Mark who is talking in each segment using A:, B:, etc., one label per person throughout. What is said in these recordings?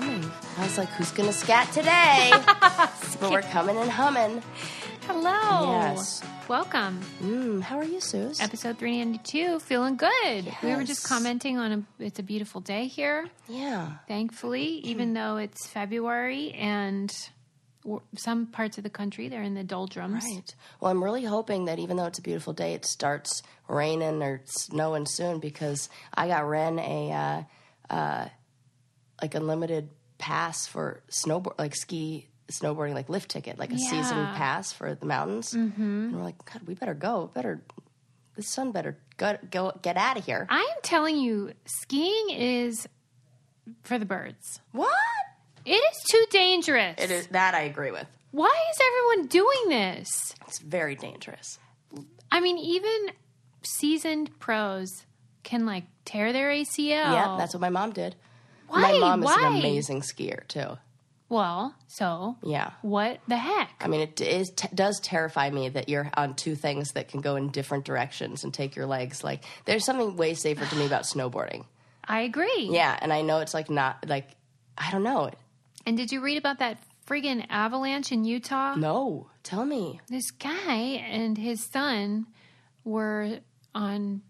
A: Mm-hmm. who's gonna scat today? but we're coming and humming.
B: Hello.
A: Yes.
B: Welcome.
A: Mm, how are you, Suze?
B: Episode 392. Feeling good. We were just
A: Yes.
B: commenting on a, it's a beautiful day here,
A: yeah.
B: thankfully,
A: Mm-hmm.
B: even though it's February and w- some parts of the country they're in the doldrums.
A: Right. Well, I'm really hoping that even though it's a beautiful day, it starts raining or snowing soon because I got Ren a uh, uh, like unlimited pass for snowboard, like ski snowboarding, like lift ticket, like a season
B: Yeah.
A: pass for the mountains. Mm-hmm. And we're like, God, we better go. Better the sun better go, go get out of here.
B: I am telling you, skiing is for the birds.
A: what?
B: It is too dangerous.
A: It is that I agree with.
B: Why is everyone doing this?
A: It's very dangerous.
B: I mean, even seasoned pros can like tear their ACL.
A: Yeah, that's what my mom did.
B: Oh. Why?
A: My mom is an
B: Why?
A: amazing skier too.
B: Well, so
A: Yeah.
B: what the heck?
A: I mean, it is, t- does terrify me that you're on two things that can go in different directions and take your legs. Like, there's something way safer to me about snowboarding.
B: I agree.
A: Yeah, and I know it's like not like I don't know.
B: And did you read about that friggin' avalanche in Utah?
A: No, tell me.
B: This guy and his son were on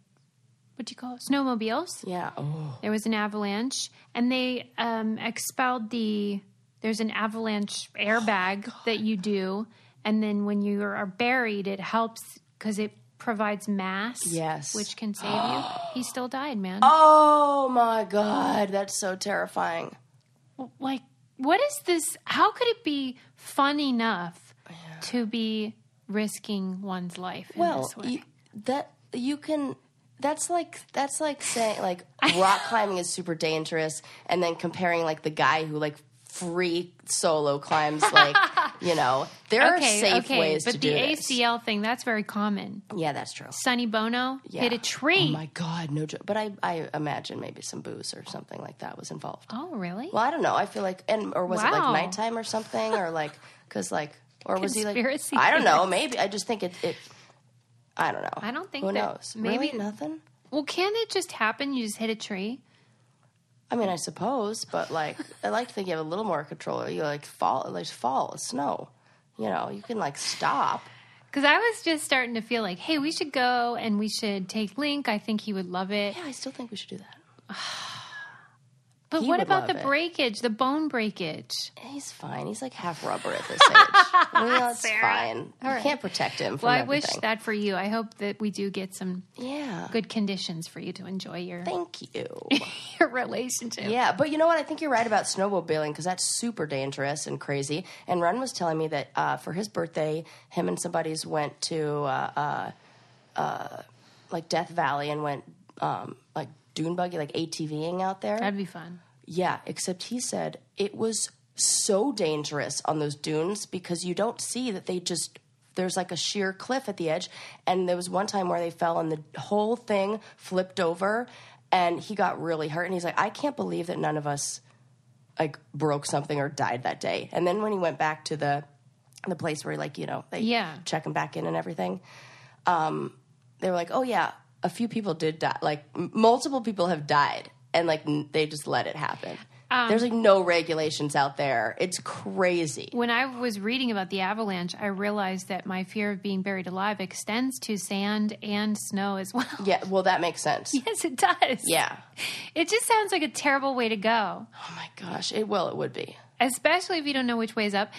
B: what do you call it? Snowmobiles.
A: Yeah. Oh,
B: There was an avalanche, and they um, expelled the. There's an avalanche
A: Oh
B: airbag that you do, and then when you are buried, it helps because it provides mass.
A: Yes.
B: which can save you. He still died, man.
A: oh my God, that's so terrifying.
B: like what is this how could it be fun enough to be risking one's life in
A: Well,
B: this way
A: you, that you can. That's like that's like saying like rock climbing is super dangerous, and then comparing like the guy who like free solo climbs like you know there are safe ways
B: but
A: to
B: the
A: do this.
B: acl thing that's very common
A: Yeah, that's true.
B: sonny bono
A: Yeah.
B: hit a
A: Oh
B: tree
A: my God, no joke. But I, I imagine maybe some booze or something like that was involved.
B: oh, really
A: Well, I don't know. I feel like, and or was it
B: Wow.
A: like nighttime or something, or like because like, or was he like?
B: Conspiracy
A: I don't know. Maybe I just think it. it I don't know.
B: I don't think
A: Who
B: that-
A: knows?
B: maybe-
A: Really? nothing.
B: well can it just happen you just hit a tree
A: I mean, I suppose, but like, I like to think you have a little more control. You like fall, like fall, snow. You know, you can like stop.
B: because i was just starting to feel like hey we should go and we should take link i think he would love it
A: Yeah, I still think we should do that.
B: but
A: he
B: what
A: would
B: about the
A: love it.
B: breakage the bone breakage
A: He's fine. He's like half rubber at this age. well, it's fine. You can't protect him from
B: well i wish
A: everything.
B: that for you i hope that we do get some
A: Yeah.
B: good conditions for you to enjoy your
A: Thank you.
B: your relationship.
A: yeah, but you know what? I think you're right about snowmobiling because that's super dangerous and crazy. And Ren was telling me that uh, for his birthday, him and somebody's went to uh, uh, uh, like Death Valley and went um, like dune buggy, like ATVing out there.
B: That'd be fun.
A: Yeah, except he said it was so dangerous on those dunes because you don't see that they just there's like a sheer cliff at the edge and there was one time where they fell and the whole thing flipped over and he got really hurt and he's like I can't believe that none of us like broke something or died that day. And then when he went back to the the place where like, you know, they
B: Yeah.
A: check him back in and everything they were like, "Oh yeah, a few people did die. Like m- multiple people have died, and like n- they just let it happen.
B: Um,
A: There's like no regulations out there. It's crazy.
B: When I was reading about the avalanche, I realized that my fear of being buried alive extends to sand and snow as well.
A: Yeah. Well, that makes sense.
B: Yes, it does.
A: Yeah.
B: It just sounds like a terrible way to go,
A: Oh my gosh. It well, it would be.
B: especially if you don't know which way's up.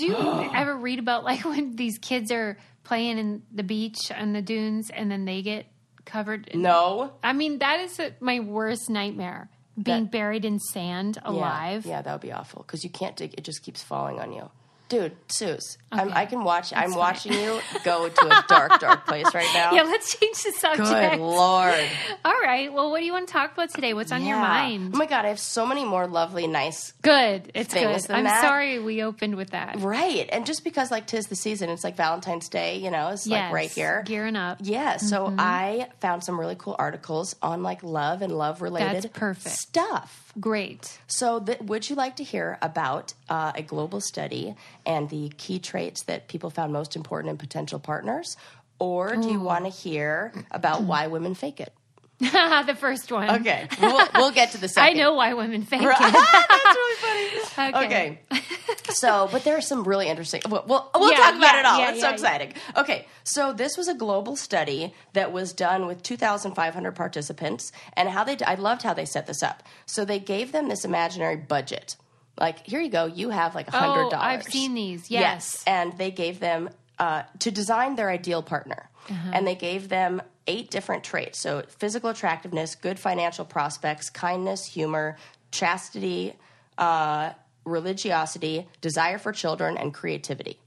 B: you ever read about like when these kids are playing in the beach and the dunes and then they get covered? In-
A: No.
B: I mean, that is uh my worst nightmare being buried in sand
A: Yeah.
B: alive.
A: Yeah, that would be awful because you can't dig. It just keeps falling on you. Dude, Suze, I'm, I can watch. I'm watching you go to a dark, dark place right now.
B: Yeah, let's change the subject.
A: Good lord.
B: All right. Well, what do you want to talk about today? What's on your
A: Yeah.
B: mind?
A: Oh my god, I have so many more lovely, nice
B: Good. It's
A: Things
B: good.
A: than
B: I'm
A: that.
B: sorry we opened with that.
A: Right. And just because like tis the season, it's like Valentine's Day, you know, it's like
B: Yes, mm-hmm.
A: right here.
B: Gearing up.
A: Yeah, so I found some really cool articles on like love and love related
B: That's perfect.
A: stuff.
B: Great.
A: So, th- would you like to hear about uh, a global study and the key traits that people found most important in potential partners? Or do you want to hear about why women fake it?
B: the first one.
A: Okay, we'll, we'll get to the
B: I
A: second.
B: know why women fake
A: Right.
B: it.
A: That's really funny.
B: Okay.
A: Okay. so, but there are some really interesting. We'll, we'll, we'll
B: Yeah,
A: talk about
B: yeah,
A: it all.
B: yeah,
A: it's
B: yeah,
A: so exciting. Okay. So, this was a global study that was done with 2,500 participants. And how they, I loved how they set this up. So, they gave them this imaginary budget. Like, here you go. You have like a $100.
B: Oh, I've seen these. Yes.
A: And they gave them uh, to design their ideal partner.
B: Uh-huh.
A: And they gave them eight different traits. So physical attractiveness, good financial prospects, kindness, humor, chastity, uh, religiosity, desire for children, and creativity.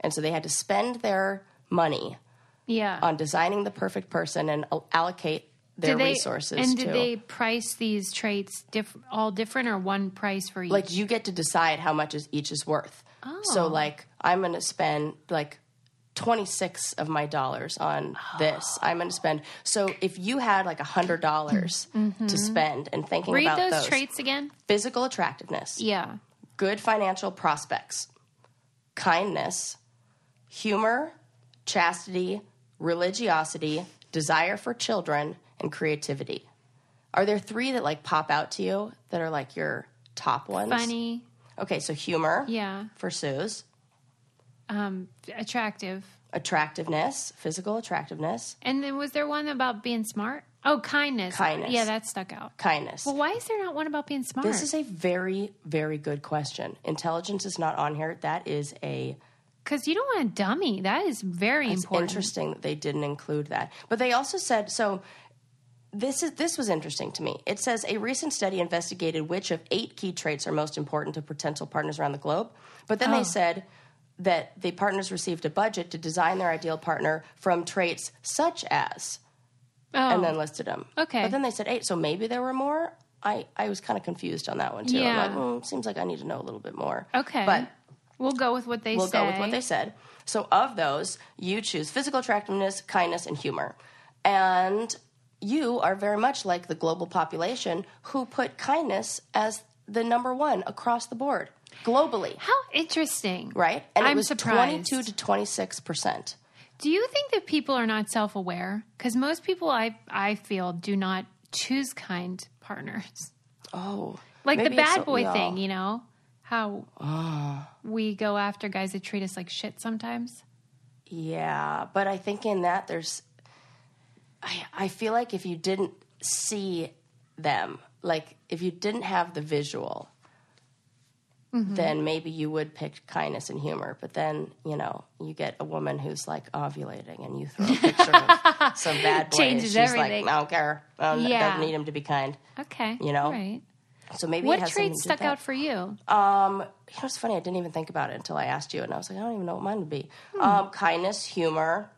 A: And so they had to spend their money
B: Yeah.
A: on designing the perfect person and al- allocate their
B: Did they-
A: resources
B: And did
A: to.
B: they price these traits diff- all different or one price for each?
A: like you get to decide how much is each is worth. So
B: Oh.
A: like I'm going to spend like 26 of my dollars on this. I'm going to spend So if you had like $100 dollars to spend and thinking
B: Mm-hmm. Read
A: about
B: those,
A: those,
B: traits again.
A: physical attractiveness,
B: Yeah.
A: good financial prospects, kindness, humor, chastity, religiosity, desire for children, and creativity. Are there three that like pop out to you that are like your top ones?
B: Funny.
A: Okay, so humor
B: Yeah.
A: for Sue's,
B: Um, attractive.
A: attractiveness, physical attractiveness,
B: And then was there one about being smart? Oh, kindness.
A: Kindness.
B: Yeah, that stuck out.
A: kindness.
B: Well, why is there not one about being smart?
A: this is a very, very good question. Intelligence is not on here. That is a
B: Because you don't want a dummy. That is very
A: it's
B: important.
A: interesting that they didn't include that. But they also said so. This is this was interesting to me. It says a recent study investigated which of eight key traits are most important to potential partners around the globe. But
B: Oh.
A: then they said that the partners received a budget to design their ideal partner from traits such as
B: Oh,
A: and then listed them.
B: Okay.
A: But then they said eight, so maybe there were more. I, I was kind of confused on that one too. I'm
B: Yeah.
A: like, mm, seems like I need to know a little bit more.
B: okay.
A: But
B: we'll go with what they
A: we'll
B: say.
A: go with what they said. So of those, you choose physical attractiveness, kindness, and humor. And you are very much like the global population who put kindness as the number one across the board globally,
B: How interesting.
A: right? And
B: I'm
A: it was
B: surprised.
A: 22 to 26 percent.
B: Do you think that people are not self aware? Because most people I I feel do not choose kind partners.
A: Oh,
B: Like
A: maybe it's
B: the
A: Ah.
B: bad
A: something
B: boy
A: y'all-
B: thing, you know? How we go after guys that treat us like shit sometimes.
A: Yeah, but I think in that there's, I I feel like if you didn't see them, like if you didn't have the visual,
B: Mm-hmm.
A: then maybe you would pick kindness and humor. But then you know you get a woman who's like ovulating, and you throw a picture of some bad boy,
B: Changes
A: and she's
B: everything.
A: like, I don't care, I don't,
B: Yeah.
A: don't need him to be kind.
B: Okay.
A: You know?
B: All right.
A: So maybe it
B: What
A: has
B: traits
A: something to do with
B: stuck
A: that.
B: out for you?
A: Um, you know, it's funny. I didn't even think about it until I asked you, and I was like, I don't even know what mine would be. Um, kindness, humor,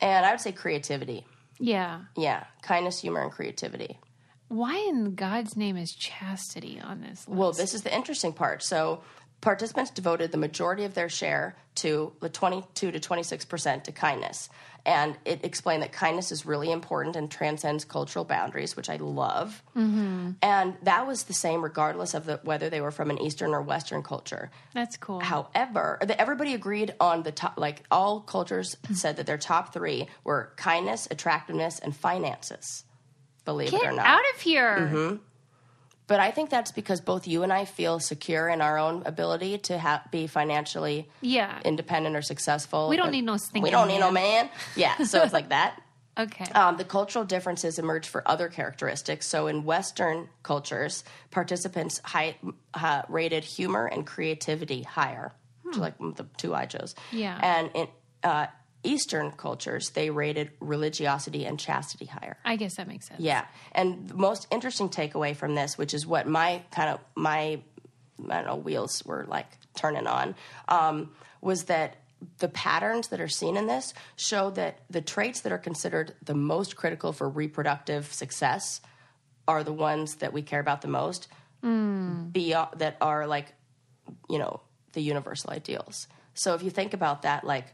A: and I would say creativity.
B: yeah.
A: Yeah, kindness, humor, and creativity.
B: Why in God's name is chastity on this list?
A: Well, this is the interesting part. So, participants devoted the majority of their share to the 22 to 26 percent to kindness, and it explained that kindness is really important and transcends cultural boundaries, which I love. And that was the same regardless of the, whether they were from an Eastern or Western culture.
B: That's cool.
A: However, the, everybody agreed on the top, like all cultures
B: Mm-hmm.
A: said that their top three were kindness, attractiveness, and finances, believe
B: Get
A: it or not. Mm-hmm.
B: out of here.
A: But I think that's because both you and I feel secure in our own ability to ha- be financially
B: Yeah.
A: independent or successful.
B: We don't
A: And
B: need no
A: We
B: stinking
A: don't need no man. Yeah, so it's like that.
B: Okay.
A: Um, the cultural differences emerge for other characteristics. So, in Western cultures, participants high, uh, rated humor and creativity higher, which are like the two I chose.
B: Yeah.
A: And in uh, Eastern cultures, they rated religiosity and chastity higher.
B: I guess that makes sense.
A: Yeah. And the most interesting takeaway from this, which is what my kind of my I don't know wheels were like turning on, um, was that the patterns that are seen in this show that the traits that are considered the most critical for reproductive success are the ones that we care about the most, beyond, that are like you know the universal ideals. So if you think about that, like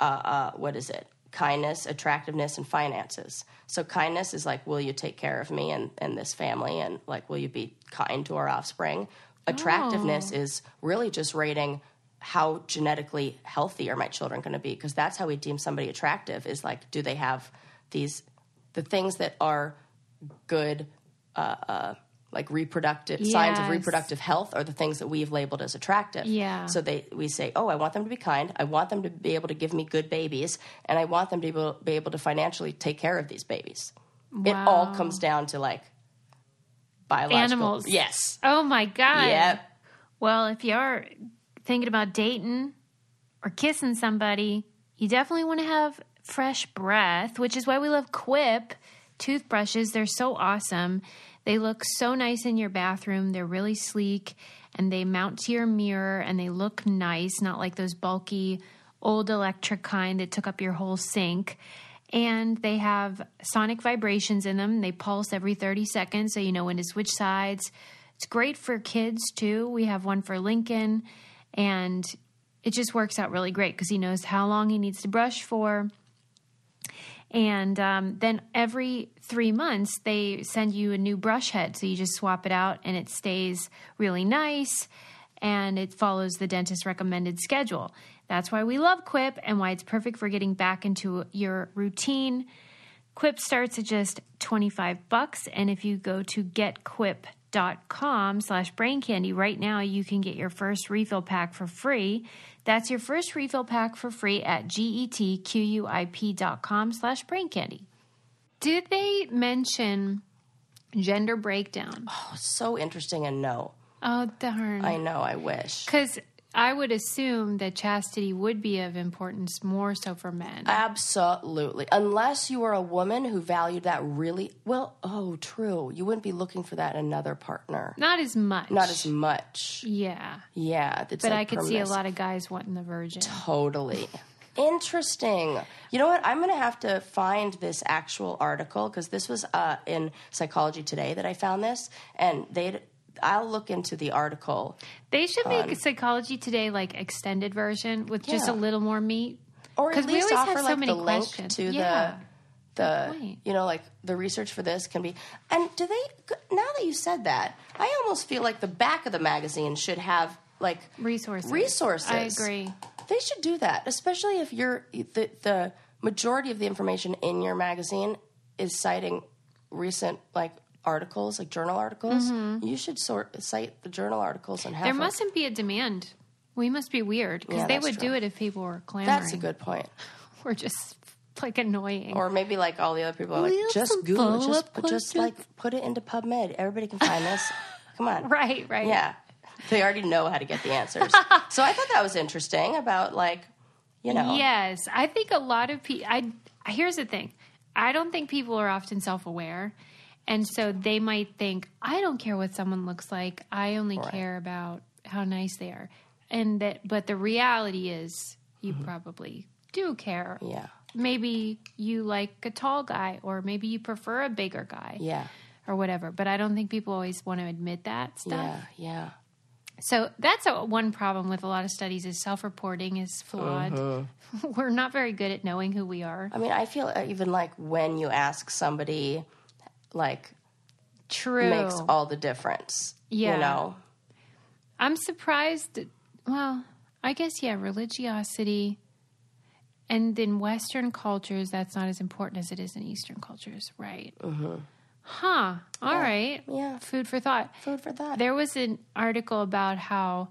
A: uh, uh, what is it? Kindness, attractiveness, and finances. So kindness is like, will you take care of me and, and this family, and like, will you be kind to our offspring? Attractiveness is really just rating how genetically healthy are my children going to be because that's how we deem somebody attractive is like, do they have these the things that are good, uh, uh, like reproductive signs of
B: Yes.
A: reproductive health, are the things that we've labeled as attractive.
B: Yeah.
A: So they we say, oh, I want them to be kind. I want them to be able to give me good babies, and I want them to be able, be able to financially take care of these babies. It all
B: Wow.
A: comes down to like biological
B: Animals.
A: Yes.
B: Oh my God.
A: Yep.
B: Well, if you're thinking about dating or kissing somebody, you definitely want to have fresh breath, which is why we love Quip toothbrushes. They're so awesome. They look so nice in your bathroom. They're really sleek and they mount to your mirror and they look nice, not like those bulky old electric kind that took up your whole sink. And they have sonic vibrations in them. They pulse every 30 seconds so you know when to switch sides. It's great for kids too. We have one for Lincoln, and it just works out really great because he knows how long he needs to brush for. And um, then every three months, they send you a new brush head. So you just swap it out and it stays really nice and it follows the dentist recommended schedule. That's why we love Quip and why it's perfect for getting back into your routine. Quip starts at just 25 bucks and if you go to getquip.com slash brain candy right now you can get your first refill pack for free that's your first refill pack for free at getquip.com slash brain candy did they mention gender breakdown
A: So interesting and no.
B: oh darn
A: I know, I wish.
B: because i would assume that chastity would be of importance more so for men
A: Absolutely. Unless you are a woman who valued that really well, oh, true. You wouldn't be looking for that in another partner.
B: not as much
A: Not as much.
B: yeah
A: Yeah. It's like
B: but i could see a
A: permiss-
B: lot of guys wanting the virgin
A: Totally. Interesting. You know what? I'm going to have to find this actual article because this was uh, in Psychology Today that I found this, and they. I'll look into the article.
B: They should make Psychology Today like extended version with just a
A: Um, Yeah.
B: little more meat.
A: or at
B: 'Cause we
A: least
B: always
A: offer
B: have so
A: like
B: many
A: the link
B: questions.
A: to
B: Yeah.
A: the the
B: point.
A: you know like the research for this can be and do they now that you said that i almost feel like the back of the magazine should have like
B: Resources.
A: resources
B: I agree.
A: they should do that especially if you're the, the majority of the information in your magazine is citing recent like articles like journal articles you should sort cite the journal articles and have
B: Mm-hmm. There
A: a-
B: mustn't be a demand. We must be weird because
A: Yeah,
B: they
A: that's
B: would
A: true.
B: do it if people were clamoring.
A: that's a good point
B: We're just like annoying.
A: Or maybe like all the other people are like,
B: We have some
A: just Google, it. just
B: follow-up
A: just like put it into PubMed. Everybody can find this. Come on,
B: right, right.
A: Yeah, they already know how to get the answers. so I thought that was interesting about like, you know,
B: Yes, I think a lot of people. I here's the thing. I don't think people are often self-aware, and so they might think, "I don't care what someone looks like. I only care about how nice they are." And that, but the reality is, you
A: Mm-hmm.
B: probably do care.
A: yeah,
B: Maybe you like a tall guy, or maybe you prefer a bigger guy,
A: yeah,
B: or whatever. But I don't think people always want to admit that stuff.
A: yeah, yeah.
B: So that's a, one problem with a lot of studies is self-reporting is flawed. We're not very good at knowing who we are.
A: I mean, I feel uh, even like when you ask somebody, like
B: True.
A: makes all the difference.
B: Yeah.
A: you know,
B: I'm surprised. that- Well, I guess yeah, religiosity, and in Western cultures, that's not as important as it is in Eastern cultures, right? Mm-hmm. Huh. All right.
A: yeah.
B: Food for thought.
A: food for thought.
B: There was an article about how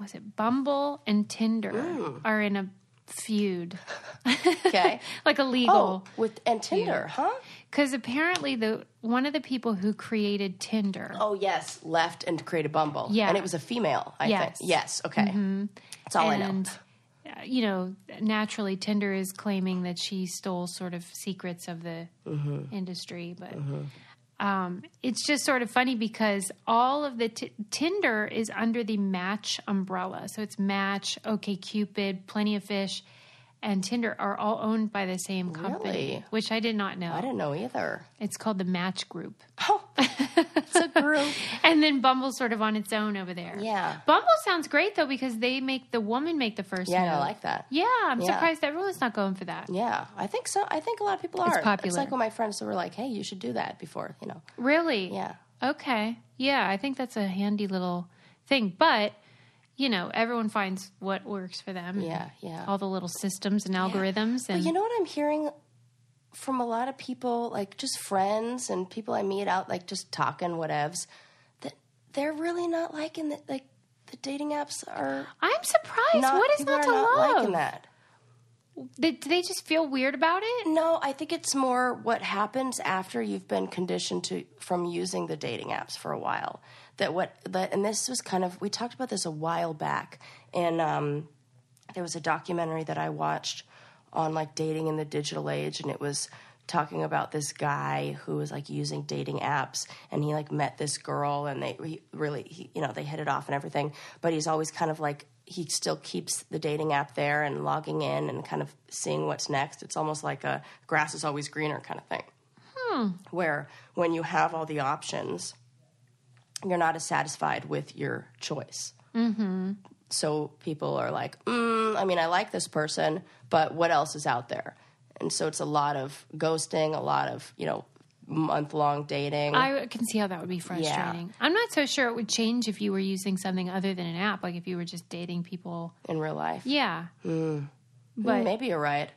B: was it Bumble and Tinder are in a feud,
A: Okay.
B: like a
A: oh,
B: legal.
A: with and Tinder, huh?
B: Because apparently, the one of the people who created Tinder,
A: Oh yes, left and created Bumble.
B: Yeah.
A: and it was a female. I
B: Yes. Mm-hmm.
A: think. Yes. Okay. That's all I know.
B: and uh, you know, naturally, Tinder is claiming that she stole sort of secrets of the industry, but. Um, it's just sort of funny because all of the t- Tinder is under the Match umbrella, so it's Match, OK Cupid, Plenty of Fish, and Tinder are all owned by the same company,
A: Really?
B: which I did not know.
A: I didn't know either. Oh,
B: It's called the Match Group.
A: It's a group.
B: and then Bumble's sort of on its own over there.
A: Yeah.
B: Bumble sounds great though because they make the woman make the first.
A: yeah, and
B: move.
A: I like that.
B: Yeah, I'm
A: Yeah.
B: surprised everyone's not going for that.
A: Yeah, I think so. I think a lot of people are.
B: popular.
A: like when my friends were like, "Hey, you should do that before," you know.
B: Really?
A: Yeah.
B: Okay. Yeah, I think that's a handy little thing, but you know, everyone finds what works for them.
A: Yeah, yeah.
B: All the little systems and algorithms
A: But
B: and
A: you know what I'm hearing from a lot of people, like just friends and people I meet out, like just talking whatevs, that they're really not liking that. Like the dating apps are
B: I'm surprised.
A: not.
B: what is
A: people
B: not
A: are
B: to
A: not
B: love?
A: liking that?
B: They- do they just feel weird about it?
A: No, I think it's more what happens after you've been conditioned to from using the dating apps for a while. That what that and this was kind of we talked about this a while back, and um, there was a documentary that I watched on like dating in the digital age, and it was talking about this guy who was like using dating apps, and he like met this girl, and they he really he, you know they hit it off and everything, but he's always kind of like he still keeps the dating app there and logging in and kind of seeing what's next. It's almost like a grass is always greener kind of thing. Where when you have all the options, you're not as satisfied with your choice. Mm-hmm. So people are like, mm, I mean, I like this person, but what else is out there? And so it's a lot of ghosting, a lot of, you know, month long dating.
B: I can see how that would be frustrating. I'm not so sure it would change if you were using something other than an app, like if you were just dating people.
A: in real life.
B: Yeah.
A: Mm,
B: But
A: maybe you're right.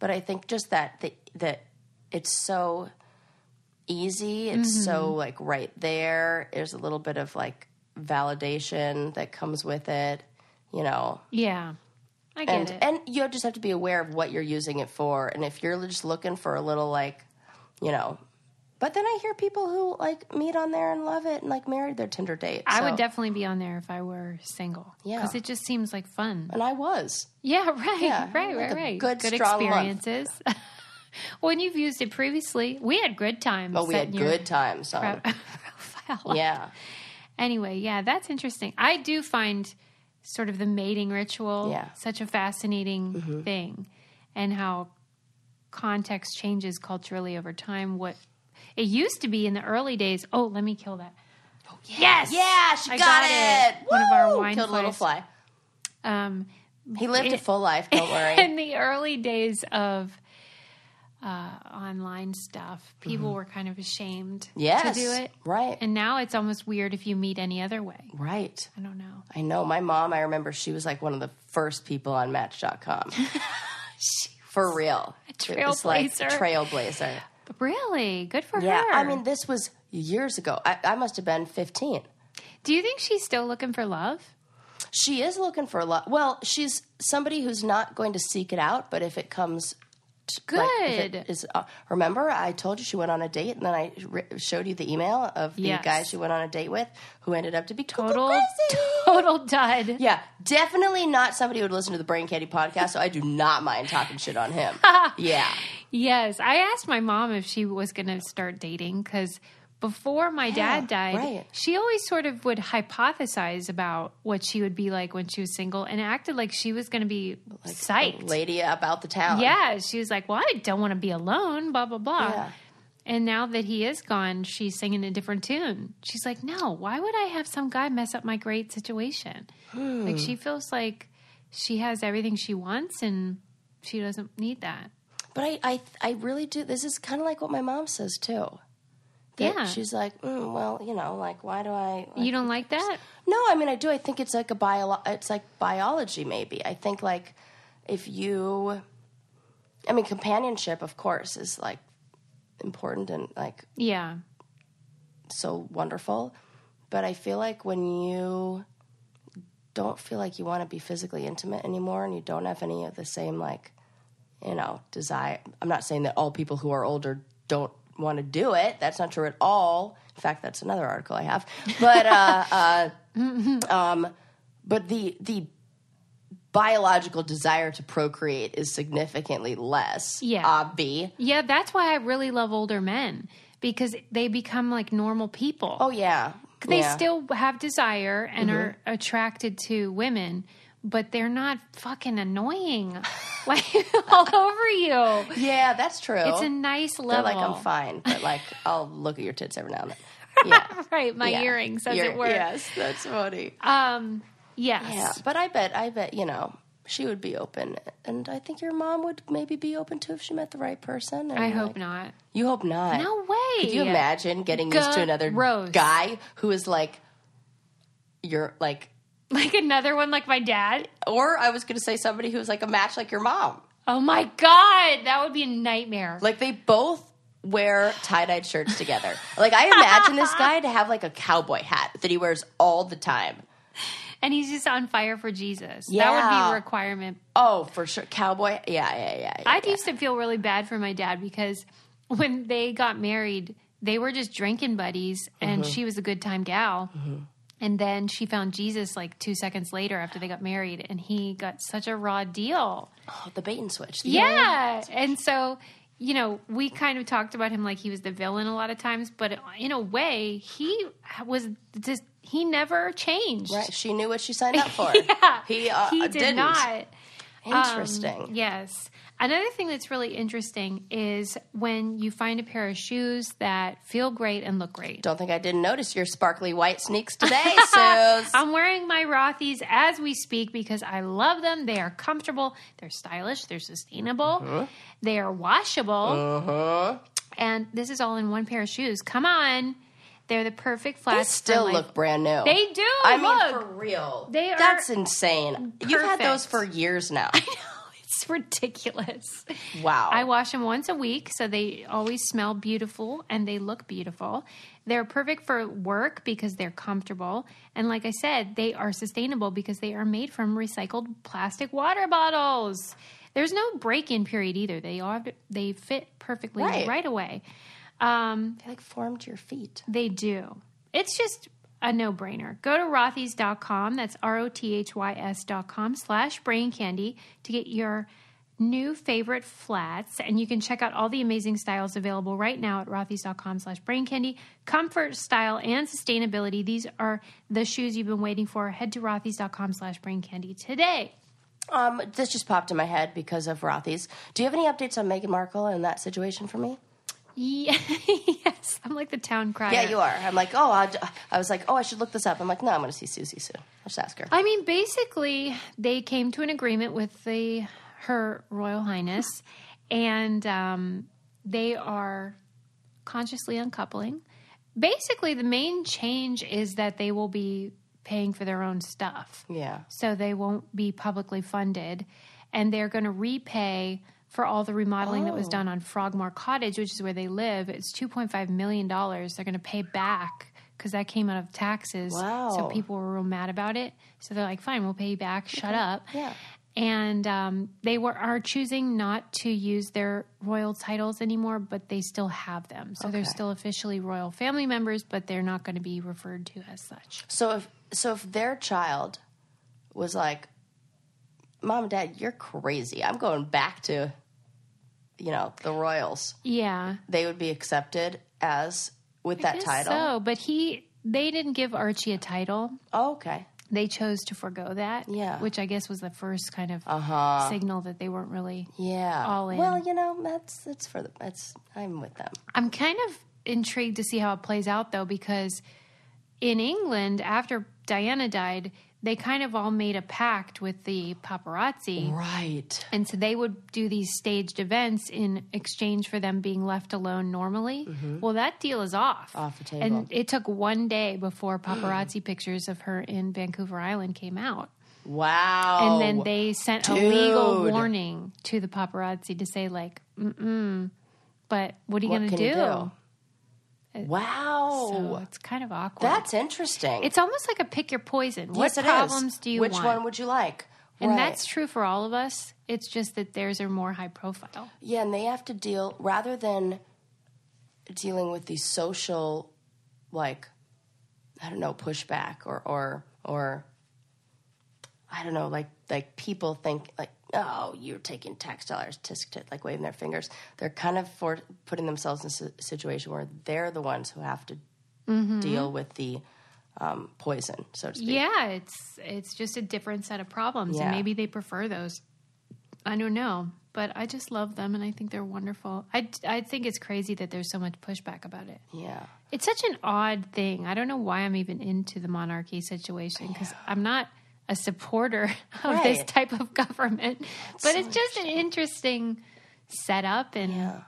A: But I think just that that, that it's so easy. It's so
B: Mm-hmm.
A: like right there. There's a little bit of like validation that comes with it, you know.
B: yeah, I get
A: And
B: it.
A: and you just have to be aware of what you're using it for. And if you're just looking for a little like, you know, but then I hear people who like meet on there and love it and like married their Tinder date.
B: I would
A: so-
B: definitely be on there if I were single.
A: Yeah.
B: Because it just seems like fun.
A: and I was.
B: Yeah, right.
A: Yeah,
B: right,
A: like
B: right,
A: a
B: right.
A: good, strong month.
B: experiences. when you've used it previously, we had good times.
A: But Oh, we had
B: setting your
A: good times on. it.
B: profile.
A: Yeah.
B: Anyway, yeah, that's interesting. I do find sort of the mating ritual
A: Yeah. Mm-hmm.
B: such a fascinating thing and how context changes culturally over time. What it used to be in the early days, oh, let me kill that. Yes.
A: Oh, Yeah, she
B: I
A: got,
B: got
A: it.
B: it. One of our
A: Woo!
B: wine
A: killed a little
B: flies.
A: fly.
B: Um,
A: He lived a full life. Don't worry.
B: in the early days of uh, online stuff, people were kind of ashamed
A: Mm-hmm. yes,
B: to do it.
A: right,
B: And now it's almost weird if you meet any other way.
A: right.
B: I don't know.
A: I know. My mom. I remember she was like one of the first people on Match.com. For real, It was like
B: trailblazer.
A: trailblazer.
B: Really? Good for
A: Yeah,
B: her.
A: I mean, this was years ago. I, I must have been fifteen.
B: do you think she's still looking for love?
A: She is looking for a lot. Well, she's somebody who's not going to seek it out, but if it comes, t- like, if it
B: Good.
A: is, uh, remember, I told you she went on a date, and then I re- showed you the email of the
B: Yes.
A: guy she went on a date with, who ended up to be total
B: Total,
A: crazy.
B: total dud.
A: Yeah, definitely not somebody who would listen to the Brain Candy podcast. So I do not mind talking shit on him. yeah,
B: Yes, I asked my mom if she was going to start dating because before my dad died,
A: right.
B: she always sort of would hypothesize about what she would be like when she was single and acted like she was going to be psyched.
A: lady about the town.
B: Yeah, she was like, "Well, I don't want to be alone." Blah blah blah.
A: Yeah.
B: And now that he is gone, she's singing a different tune. She's like, "No, why would I have some guy mess up my great situation?" Like she feels like she has everything she wants and she doesn't need that.
A: But I, I, I really do. This is kind of like what my mom says too. That
B: Yeah.
A: she's like, mm, well, you know, like why do I? like,
B: You don't like that?
A: No, I mean I do. I think it's like a bio. It's like biology, maybe. I think like if you, I mean, companionship, of course, is like important and like
B: Yeah.
A: so wonderful. But I feel like when you don't feel like you want to be physically intimate anymore, and you don't have any of the same like, you know, desire. I'm not saying that all people who are older don't want to do it. That's not true at all. In fact, that's another article I have. But uh, um, but the the biological desire to procreate is significantly less.
B: Yeah.
A: Obvi.
B: Yeah, that's why I really love older men because they become like normal people.
A: Oh yeah.
B: they
A: Yeah. Mm-hmm.
B: still have desire and are attracted to women but they're not fucking annoying like all over you
A: Yeah, that's true.
B: it's a nice
A: They're
B: level
A: like I'm fine, but like I'll look at your tits every now and then. Yeah.
B: right my
A: yeah.
B: earrings as
A: Ear-
B: it were
A: Yes, that's funny.
B: um yes
A: yeah, but I bet I bet you know she would be open, and I think your mom would maybe be open too if she met the right person. and,
B: i hope
A: like-
B: not
A: You hope not.
B: no way
A: Could you imagine getting used to another
B: Gross.
A: guy who is like your like
B: like another one like my dad
A: or I was gonna say somebody who's like a match like your mom.
B: Oh my God, that would be a nightmare.
A: Like they both wear tie-dyed shirts together. like I imagine this guy to have like a cowboy hat that he wears all the time.
B: And he's just on fire for Jesus. That would
A: Yeah.
B: be a requirement.
A: Oh, for sure. Cowboy. Yeah, yeah, yeah. yeah.
B: I used to feel really bad for my dad because when they got married, they were just drinking buddies, and
A: Mm-hmm.
B: she was a good time gal. And then she found Jesus like two seconds later after they got married, and he got such a raw deal.
A: Oh, the bait and switch. The
B: Yeah. And so, you know, we kind of talked about him like he was the villain a lot of times, but in a way, he was just, he never changed.
A: Right. She knew what she signed up for.
B: Yeah.
A: He, uh,
B: he did
A: didn't.
B: not. Um,
A: Interesting.
B: Yes. Another thing that's really interesting is when you find a pair of shoes that feel great and look great.
A: Don't think I didn't notice your sparkly white sneaks today, Suze.
B: I'm wearing my Rothy's as we speak because I love them. They are comfortable, they're stylish, they're sustainable,
A: Uh-huh.
B: they are washable. And this is all in one pair of shoes. Come on. They're the perfect
A: They
B: flats. for
A: still
B: life.
A: look brand new.
B: They do.
A: I
B: look.
A: mean, for real.
B: They are
A: That's insane. You've had those
B: perfect.
A: for years now.
B: it's ridiculous.
A: Wow.
B: I wash them once a week, so they always smell beautiful and they look beautiful. They're perfect for work because they're comfortable. And like I said, they are sustainable because they are made from recycled plastic water bottles. There's no break in period either. They are they fit perfectly right,
A: Right.
B: away. Um,
A: They like formed your feet.
B: they do. It's just a no brainer. Go to rothys.com, that's R O T H Y S.com slash brain candy to get your new favorite flats. And you can check out all the amazing styles available right now at rothys.com slash brain candy. Comfort, style, and sustainability. These are the shoes you've been waiting for. Head to rothys.com slash brain candy today.
A: Um, this just popped in my head because of Rothy's. Do you have any updates on Meghan Markle and that situation for me?
B: Yeah. yes. I'm like the town crier.
A: Yeah, you are. I'm like, oh, I'll, d- I was like, oh, I should look this up. I'm like, no, I'm going to see Susie soon. I'll just ask her.
B: I mean, basically, they came to an agreement with the her Royal Highness, and um, they are consciously uncoupling. Basically, the main change is that they will be paying for their own stuff,
A: yeah.
B: so they won't be publicly funded, and they're going to repay for all the remodeling that was done on Frogmore Cottage, which is where they live. It's two point five million dollars. They're going to pay back. Because that came out of taxes, so
A: Wow.
B: people people were real mad about it. So they're like, fine, we'll pay you back. Shut up.
A: Yeah.
B: And um, they were are choosing not to use their royal titles anymore, but they still have them. So they're still officially royal family members, but they're not going to be referred to as such.
A: So if so, if their child was like, "Mom and Dad, you're crazy. I'm going back to, you know, the royals,"
B: Yeah,
A: they would be accepted as with that
B: Guess
A: title.
B: So, but he they didn't give Archie a title.
A: Oh, okay.
B: They chose to forego that.
A: Yeah. Uh-huh.
B: which I guess was the first kind of signal that they weren't really
A: Yeah.
B: All in.
A: Well, you know, that's that's for the that's I'm with them.
B: I'm kind of intrigued to see how it plays out though, because in England, after Diana died, they kind of all made a pact with the paparazzi.
A: Right.
B: And so they would do these staged events in exchange for them being left alone normally. Well, that deal is off.
A: Mm-hmm. Off the table.
B: And it took one day before paparazzi pictures of her in Vancouver Island came out.
A: Wow.
B: And then they sent a legal
A: Oh, dude.
B: warning to the paparazzi to say, like, mm mm. But what are you
A: What
B: going to
A: can you do? Oh. wow.
B: so it's kind of awkward.
A: that's interesting.
B: it's almost like a pick your poison. What
A: Yes, it is.
B: problems do you
A: Which
B: want?
A: one would you like?
B: and
A: Right.
B: that's true for all of us. It's just that theirs are more high profile.
A: Yeah, and they have to deal rather than dealing with the social, like, I don't know, pushback or or or I don't know, like like people think like, oh, you're taking tax dollars, tisk tit, like waving their fingers. They're kind of for putting themselves in a si- situation where they're the ones who have to
B: Mm-hmm.
A: deal with the um, poison, so to speak.
B: Yeah, it's it's just a different set of problems, and
A: Yeah.
B: maybe they prefer those. I don't know, but I just love them, and I think they're wonderful. I I think it's crazy that there's so much pushback about it.
A: Yeah.
B: It's such an odd thing. I don't know why I'm even into the monarchy situation because I'm not a supporter of this
A: Right.
B: type of government. but it's just an interesting setup, and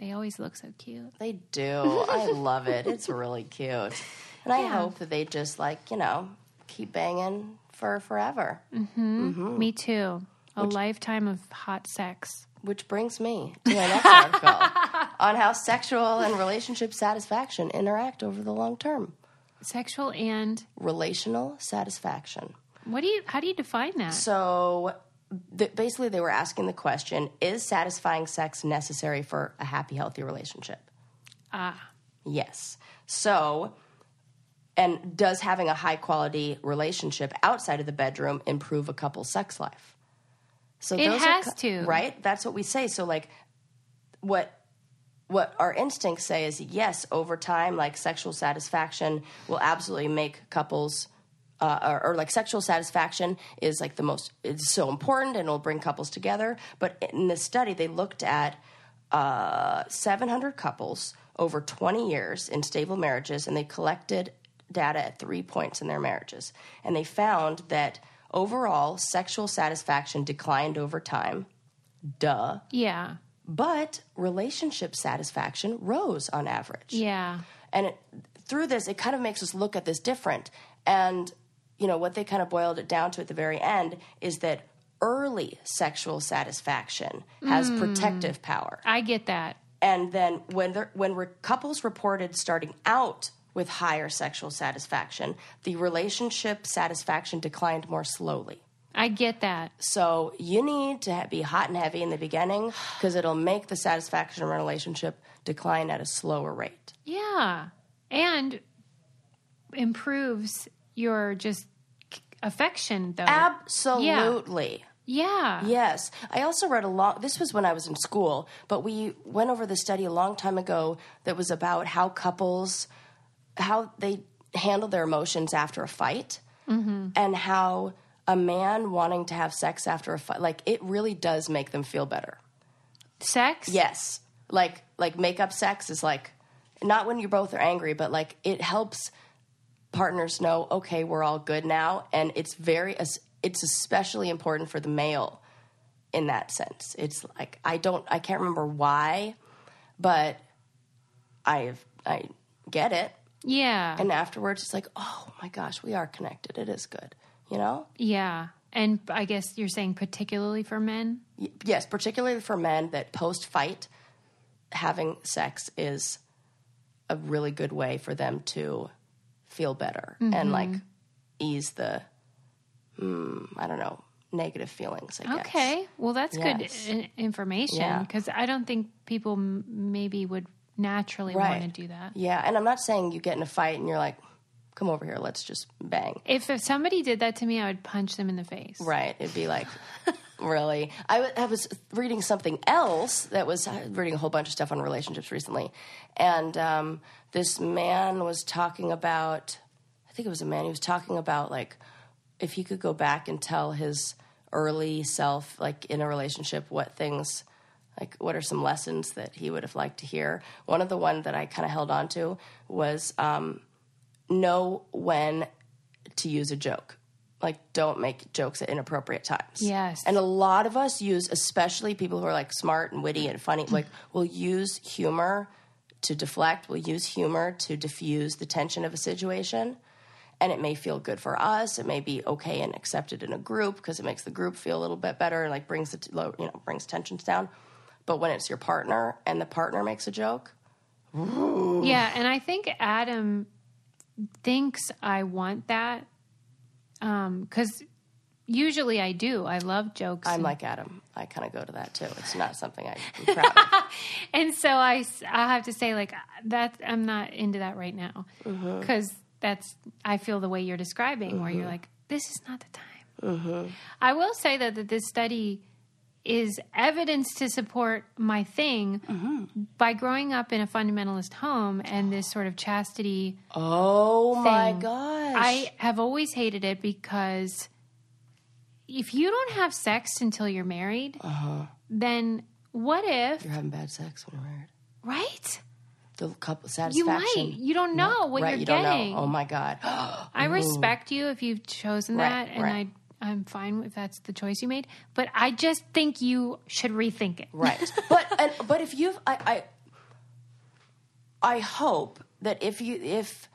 B: they always look so cute.
A: They do. I love it. It's really cute. And I hope that they just like, you know, keep banging for forever.
B: Me too. A lifetime of hot sex.
A: Which brings me to my next article on how sexual and relationship satisfaction interact over the long term.
B: Sexual and
A: Relational satisfaction.
B: what do you how do you define that?
A: So th- basically, they were asking the question Is satisfying sex necessary for a happy, healthy relationship?
B: Ah.
A: Yes. So, and does having a high quality relationship outside of the bedroom improve a couple's sex life? So
B: It
A: those
B: has
A: are, co-
B: to.
A: right? That's what we say. So like, what what our instincts say is yes, over time, like sexual satisfaction will absolutely make couples. Uh, or, or like sexual satisfaction is like the most it's so important and it'll bring couples together but in this study they looked at uh, 700 couples over 20 years in stable marriages, and they collected data at three points in their marriages. And they found that overall sexual satisfaction declined over time. Duh.
B: Yeah.
A: But relationship satisfaction rose on average.
B: Yeah.
A: And it, through this, it kind of makes us look at this different. And, you know, what they kind of boiled it down to at the very end is that early sexual satisfaction has protective power.
B: I get that.
A: And then when there, when re- couples reported starting out with higher sexual satisfaction, the relationship satisfaction declined more slowly.
B: I get that.
A: So you need to ha- be hot and heavy in the beginning because it'll make the satisfaction in a relationship decline at a slower rate.
B: Yeah. And improves your just c- affection though.
A: Absolutely.
B: yeah.
A: Yes. I also read a lot. This was when I was in school, but we went over the study a long time ago that was about how couples, how they handle their emotions after a fight, and how a man wanting to have sex after a fight, like it really does make them feel better.
B: Sex?
A: Yes. Like like makeup sex is like not when you both are angry, but like it helps partners know okay we're all good now, and it's very es- it's especially important for the male in that sense. It's like I don't I can't remember why, but I I get it,
B: Yeah.
A: and afterwards it's like oh my gosh we are connected. It is good, you know.
B: yeah. And I guess you're saying particularly for men?
A: Y- yes, particularly for men, that post fight having sex is a really good way for them to feel better and like ease the mm, I don't know negative feelings. I guess.
B: Okay. Well, that's
A: Yes.
B: good i- information
A: Yeah.
B: because I don't think people m- maybe would naturally want
A: Right.
B: to do that.
A: Yeah, and I'm not saying you get in a fight and you're like, "Come over here, let's just bang."
B: If, if somebody did that to me, I would punch them in the face.
A: Right? It'd be like. Really, I wa- I was reading something else that was I was reading a whole bunch of stuff on relationships recently, and um, this man was talking about. I think it was a man. He was talking about like if he could go back and tell his early self, like in a relationship, what things, like what are some lessons that he would have liked to hear. One of the one that I kind of held on to was um, know when to use a joke. Like, don't make jokes at inappropriate times.
B: Yes.
A: And a lot of us use, especially people who are like smart and witty and funny, like, will use humor to deflect, will use humor to diffuse the tension of a situation. And it may feel good for us. It may be okay and accepted in a group because it makes the group feel a little bit better and like brings it, low, you know, brings tensions down. But when it's your partner and the partner makes a joke,
B: Yeah. And I think Adam thinks I want that because usually I do. I love jokes.
A: I'm like Adam. I kind of go to that too. It's not something I- I'm proud of.
B: and so I, s- I have to say like that I'm not into that right now because that's I feel the way you're describing where you're like this is not the time. I will say though that this study is evidence to support my thing by growing up in a fundamentalist home and this sort of chastity.
A: Oh my
B: thing.
A: gosh.
B: I have always hated it because if you don't have sex until you're married,
A: Uh-huh.
B: then what if
A: You're having bad sex when you're married.
B: right?
A: The couple
B: You
A: satisfaction.
B: might. You don't know what
A: right,
B: you're
A: you don't
B: getting.
A: know. Oh my god.
B: I respect you if you've chosen that,
A: Right,
B: and
A: right.
B: I, I'm fine if that's the choice you made. But I just think you should rethink it.
A: right. But and, but if you've I, I I hope that if you if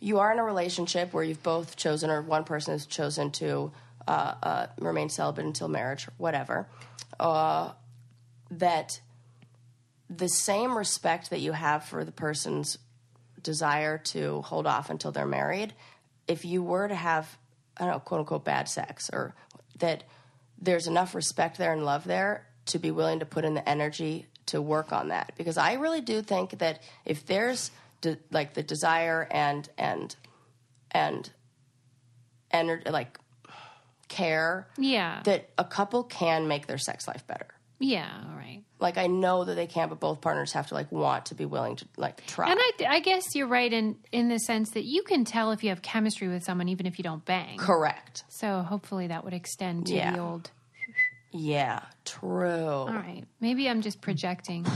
A: you are in a relationship where you've both chosen or one person has chosen to uh, uh, remain celibate until marriage, whatever, uh, that the same respect that you have for the person's desire to hold off until they're married, if you were to have, I don't know, quote unquote, bad sex, or that there's enough respect there and love there to be willing to put in the energy to work on that. Because I really do think that if there's de- like the desire and, and, and, ener- like care,
B: Yeah.
A: that a couple can make their sex life better.
B: yeah. All right.
A: Like I know that they can, but both partners have to like want to be willing to like try.
B: And I, I guess you're right in in the sense that you can tell if you have chemistry with someone even if you don't bang.
A: Correct.
B: So hopefully that would extend to
A: Yeah.
B: the old.
A: Yeah, true.
B: All right. Maybe I'm just projecting.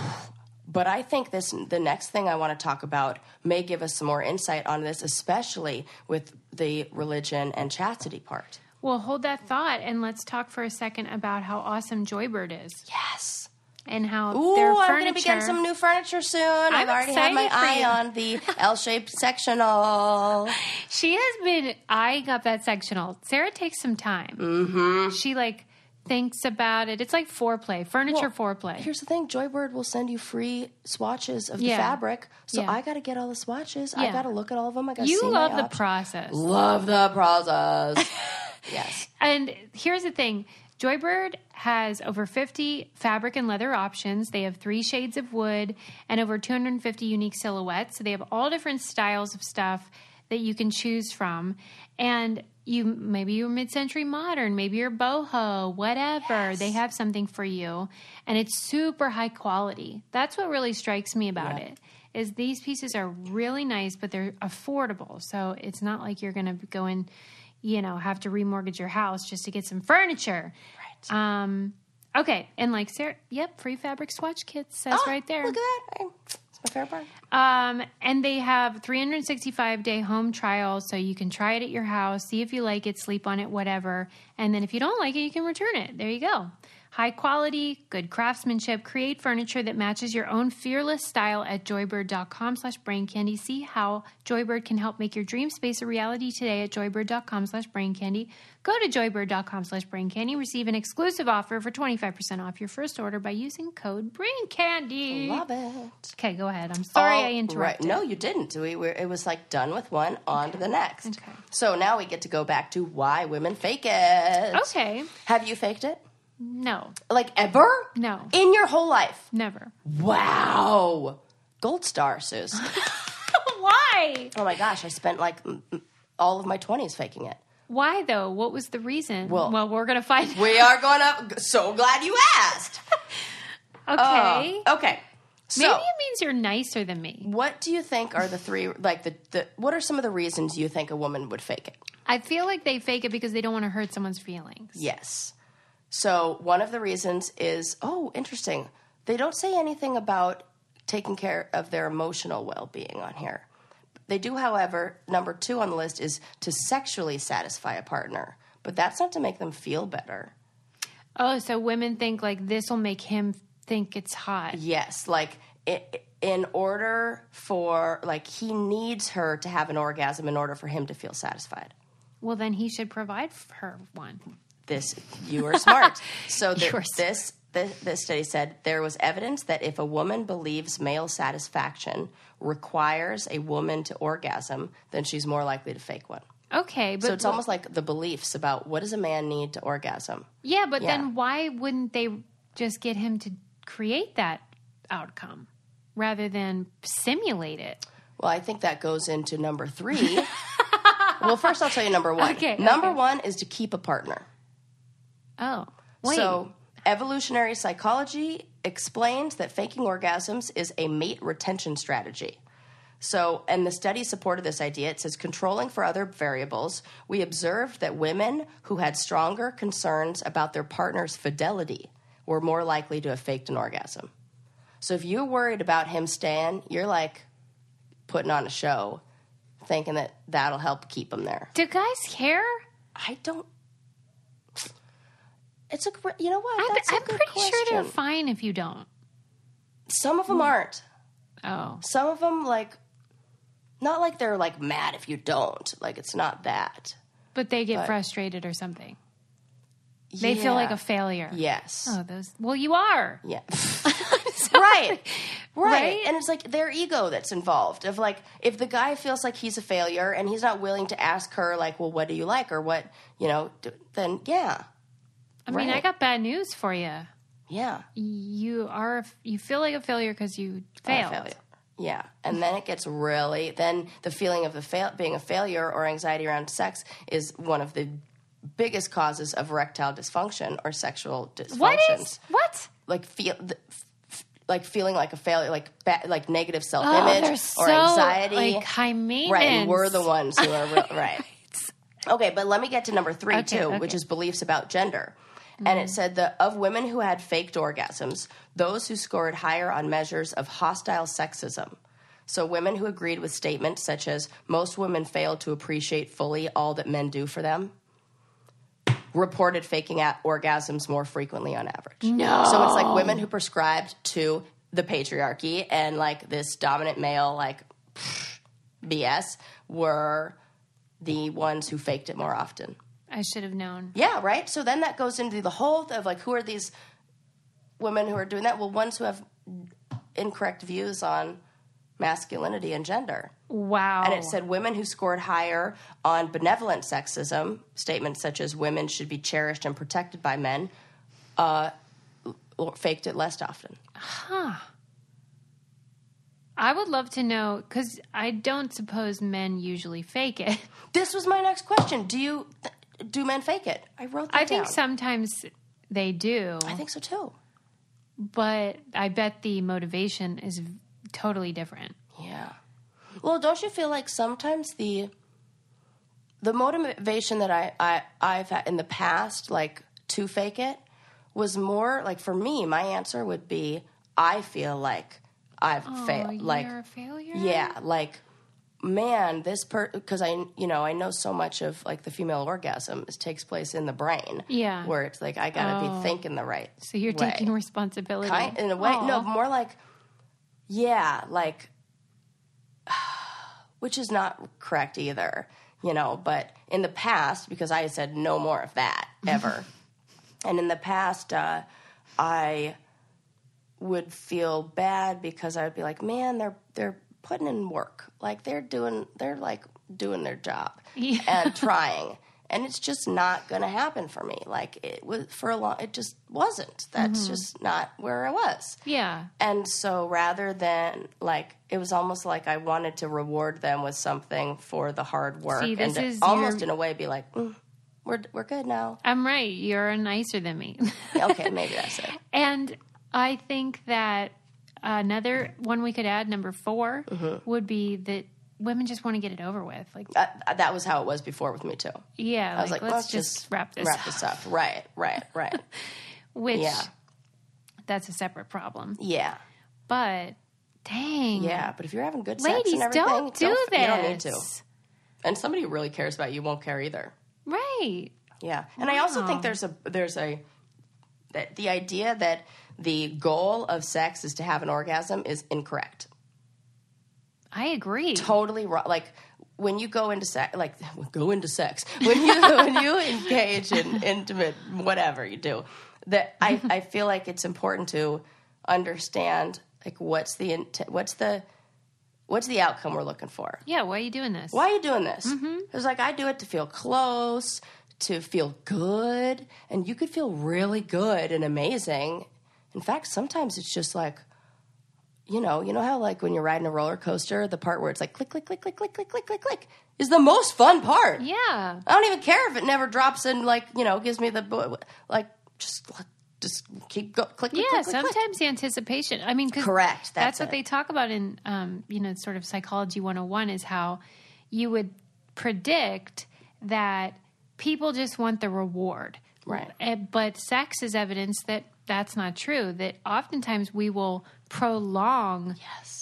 A: But I think this the next thing I want to talk about may give us some more insight on this, especially with the religion and chastity part.
B: Well, hold that thought and let's talk for a second about how awesome Joybird is
A: Yes.
B: and how
A: Ooh,
B: their
A: I'm
B: furniture.
A: going to be getting some new furniture soon. i have already had
B: excited
A: my
B: for
A: eye
B: you.
A: on the L-shaped sectional.
B: She has been eyeing up that sectional. Sarah takes some time. Mm-hmm. She like thinks about it. It's like foreplay, furniture foreplay.
A: Here's the thing, Joybird will send you free swatches of
B: Yeah.
A: the fabric, so
B: Yeah.
A: I got to get all the swatches. I
B: Yeah.
A: got to look at all of them. I got to see
B: You
A: my
B: love the
A: options.
B: process.
A: Love the process. yes.
B: And here's the thing Joybird has over 50 fabric and leather options. They have three shades of wood and over 250 unique silhouettes. So they have all different styles of stuff that you can choose from. And you maybe you're mid-century modern, maybe you're boho, whatever. They have something for you and it's super high quality. That's what really strikes me about it is these pieces are really nice but they're affordable. So it's not like you're going to go in you know, have to remortgage your house just to get some furniture. Right. Um, okay. And like Sarah, yep, free fabric swatch kits says
A: Ah,
B: right there.
A: Look at that. I- It's my favorite part.
B: Um, and they have 365 day home trial, so you can try it at your house, see if you like it, sleep on it, whatever. And then if you don't like it, you can return it. There you go. High quality, good craftsmanship. Create furniture that matches your own fearless style at joybird.com slash brain candy. See how Joybird can help make your dream space a reality today at joybird.com slash brain candy. Go to joybird.com slash brain candy. Receive an exclusive offer for 25% off your first order by using code brain candy.
A: Love it.
B: Okay, go ahead. I'm sorry I
A: All
B: interrupted.
A: right. No, you didn't. We were, it was like done with one, on to the next.
B: Okay.
A: So now we get to go back to why women fake it.
B: Okay.
A: Have you faked it?
B: No,
A: Like ever?
B: No.
A: In your whole life?
B: never.
A: Wow. Gold star, Sus.
B: Why?
A: oh my gosh, I spent like m- m- all of my 20s faking it.
B: Why though? What was the reason?
A: Well-
B: we're going to find out.
A: We are going to. So glad you asked.
B: Okay.
A: Uh, okay. So,
B: Maybe it means you're nicer than me.
A: what do you think are the three, like, the, the what are some of the reasons you think a woman would fake it?
B: I feel like they fake it because they don't want to hurt someone's feelings.
A: Yes. So one of the reasons is oh, interesting. They don't say anything about taking care of their emotional well being on here. They do, however, number two on the list is to sexually satisfy a partner, but that's not to make them feel better.
B: Oh, so women think like this will make him think it's hot.
A: Yes, like i in order for, like, he needs her to have an orgasm in order for him to feel satisfied.
B: Well, then he should provide for her one.
A: this you are smart. so the,
B: You are
A: this, this this study said there was evidence that if a woman believes male satisfaction requires a woman to orgasm, then she's more likely to fake one.
B: Okay, but
A: So it's almost like the beliefs about what does a man need to orgasm.
B: yeah, but
A: yeah.
B: then why wouldn't they just get him to create that outcome rather than simulate it?
A: Well, I think that goes into number three. well, first I'll tell you number one.
B: Okay,
A: number
B: okay.
A: one is to keep a partner.
B: Oh, wait.
A: So, evolutionary psychology explains that faking orgasms is a mate retention strategy. So, and the study supported this idea. It says controlling for other variables, we observed that women who had stronger concerns about their partner's fidelity were more likely to have faked an orgasm. So, if you're worried about him staying, you're like putting on a show, thinking that that'll help keep him there.
B: Do guys care?
A: I don't. It's a gr- you know what?
B: I'm,
A: That's a
B: I'm
A: good
B: pretty sure they're Hmm.
A: question.
B: fine if you don't.
A: Some of them aren't.
B: Oh,
A: Some of them like, not like they're like mad if you don't. Like it's not that.
B: but they get frustrated or something. They
A: Yeah.
B: feel like a failure.
A: Yes.
B: Oh, those. Well, you are.
A: Yeah. right. right.
B: Right?
A: And it's like their ego that's involved. Of like, if the guy feels like he's a failure and he's not willing to ask her, like, well, what do you like or what, you know, d- then yeah,
B: I mean,
A: Right.
B: I got bad news for you.
A: yeah,
B: You are. a f- You feel like a failure because you
A: I'm a
B: failed.
A: failure. Yeah. And then it gets really, then the feeling of the fail, being a failure or anxiety around sex is one of the biggest causes of erectile dysfunction or sexual dysfunctions.
B: What is what?
A: like feel th- f- f- like feeling like a failure, like ba- like negative self
B: Oh,
A: image
B: they're
A: or
B: so
A: anxiety.
B: like high maintenance.
A: right, and we're the ones who are real, right. Okay, but let me get to number three
B: Okay,
A: too,
B: okay. Mm-hmm.
A: which is beliefs about gender. And it said that of women who had faked orgasms, those who scored higher on measures of hostile sexism. So women who agreed with statements such as most women fail to appreciate fully all that men do for them reported faking at orgasms more frequently on average. No. So it's like women who prescribed to the patriarchy and like this dominant male like pfft, BS were the ones who faked it more often.
B: I should have known.
A: Yeah, right? So then that goes into the whole of like who are these women who are doing that? Well, ones who have incorrect views on masculinity and gender.
B: Wow.
A: And it said women who scored higher on benevolent sexism, statements such as women should be cherished and protected by men, uh, l- faked it less often.
B: I would love to know because I don't suppose men usually fake it.
A: This was my next question. Do you do men fake it? I wrote that
B: I think
A: down.
B: sometimes they do,
A: I think so too.
B: but I bet the motivation is v- totally different.
A: Yeah. Well, don't you feel like sometimes the the motivation that I, I I've had in the past, like to fake it, was more like for me, my answer would be I feel like I've failed. Like
B: You're a failure.
A: Yeah, like man, this per because I you know I know so much of like the female orgasm is, takes place in the brain.
B: Yeah. Oh.
A: where it's like I gotta be thinking the right.
B: So you're
A: way.
B: taking responsibility
A: Kind- in a way. No, more like yeah, like which is not correct either, you know. But in the past, because I said no more of that ever, and in the past, uh, I would feel bad because I would be like, man, they're they're putting in work, like they're doing, they're like doing their job
B: Yeah.
A: and trying, and it's just not going to happen for me. Like it was for a long, it just wasn't. That's just not where I was.
B: Yeah.
A: And so rather than like it was almost like I wanted to reward them with something for the hard work
B: See,
A: and
B: this
A: to
B: is
A: almost
B: your-
A: in a way be like mm, we're we're good now.
B: I'm right. You're nicer than me.
A: Okay, maybe that's it.
B: And I think that another one we could add, number 4
A: Mm-hmm.
B: would be that women just want to get it over with. Like,
A: Uh, that was how it was before with me too.
B: yeah,
A: I was like,
B: let's, just, wrap this
A: wrap
B: up.
A: this up. Right, right, right.
B: Which
A: yeah.
B: that's a separate problem.
A: Yeah.
B: But dang,
A: Yeah, but if you're having good sex
B: ladies,
A: and everything,
B: don't do
A: don't,
B: this.
A: you don't need to. And somebody who really cares about you won't care either.
B: Right.
A: Yeah, and I also think there's a there's a that the idea that the goal of sex is to have an orgasm is incorrect.
B: I agree.
A: Totally wrong. Like when you go into sex, like go into sex when you when you engage in intimate whatever you do. That I I feel like it's important to understand like what's the int- what's the what's the outcome we're looking for
B: yeah, why are you doing this?
A: why are you doing this?
B: Mm-hmm.
A: It's like I do it to feel close, to feel good, and you could feel really good and amazing. In fact, sometimes it's just like, you know, you know how like when you're riding a roller coaster, the part where it's like click, click, click, click, click, click, click, click, click is the most fun part.
B: Yeah.
A: I don't even care if it never drops and like you know gives me the bo- like just like, just keep go click, click,
B: Yeah,
A: click, click, click.
B: sometimes the anticipation. I mean, 'cause
A: Correct, that's
B: That's,
A: it.
B: what they talk about in, um, you know, sort of psychology 101 is how you would predict that people just want the reward.
A: Right.
B: Eh, But sex is evidence that that's not true, that oftentimes we will prolong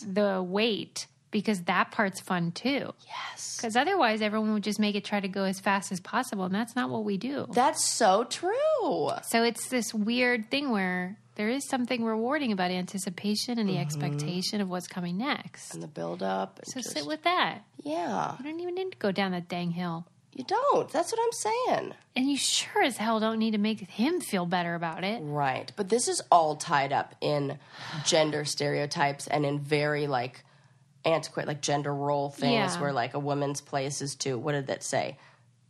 B: the wait because that part's fun too.
A: Yes.
B: Because otherwise, everyone would just make it try to go as fast as possible. And that's not what we do.
A: That's so true.
B: So it's this weird thing where there is something rewarding about anticipation and the expectation of what's coming next.
A: And the build up.
B: So sit with that.
A: yeah.
B: You don't even need to go down that dang hill.
A: You don't. That's what I'm saying.
B: And you sure as hell don't need to make him feel better about it.
A: Right. But this is all tied up in gender stereotypes and in very like antiquated like gender role things
B: Yeah.
A: where like a woman's place is to what did that say?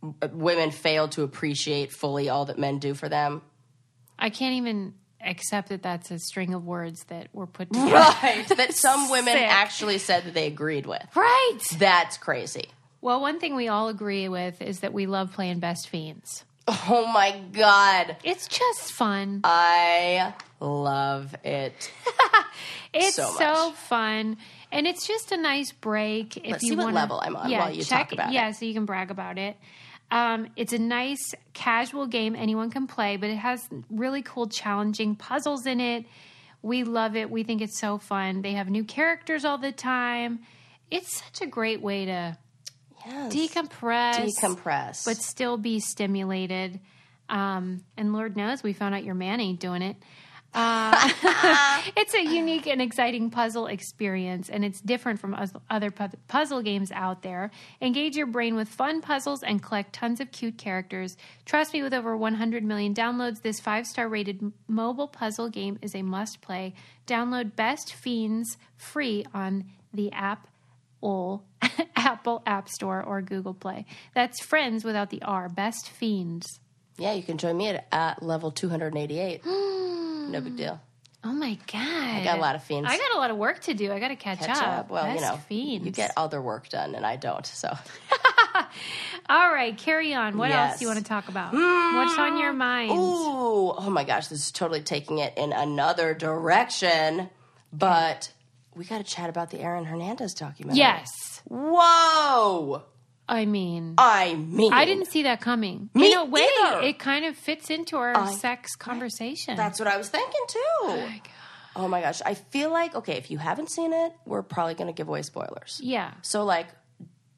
A: W- Women fail to appreciate fully all that men do for them.
B: I can't even accept that that's a string of words that were put together.
A: Right. that some women
B: Sick.
A: actually said that they agreed with.
B: right.
A: That's crazy.
B: Well, one thing we all agree with is that we love playing best fiends.
A: Oh my god.
B: It's just fun.
A: I love it.
B: It's
A: so
B: so,
A: much.
B: fun, and it's just a nice break. If
A: Let's
B: you
A: see what
B: wanna-
A: level I'm on while you talk about it.
B: yeah, so you can brag about it. Um, it's a nice casual game anyone can play, but it has really cool, challenging puzzles in it. We love it. We think it's so fun. They have new characters all the time. It's such a great way to
A: Yes.
B: decompress,
A: Decompress.
B: but still be stimulated. Um, and Lord knows we found out your man ain't doing it. Uh, it's a unique and exciting puzzle experience, and it's different from us- other pu- puzzle games out there. Engage your brain with fun puzzles and collect tons of cute characters. Trust me, with over 100 million downloads, this five star rated m- mobile puzzle game is a must play. Download Best Fiends free on the app all Apple App Store or Google Play. That's friends without the R. Best fiends.
A: yeah, you can join me at, at level 288. no big deal.
B: Oh my god! I
A: got a lot of fiends.
B: I got a lot of work to do. I got to catch,
A: catch up. Well,
B: Best
A: you know,
B: fiends.
A: you get other work done, and I don't. So
B: All right, carry on. What
A: Yes. Mm.
B: else do you want to talk about? What's on your mind?
A: Ooh, oh my gosh, this is totally taking it in another direction. But we got to chat about the Aaron Hernandez documentary.
B: Yes,
A: Whoa.
B: I mean,
A: I mean,
B: I didn't see that coming.
A: Me
B: In a way,
A: either.
B: it kind of fits into our sex conversation.
A: That's what I was thinking too. Oh my, gosh, I feel like okay. If you haven't seen it, we're probably going to give away spoilers.
B: yeah.
A: So like,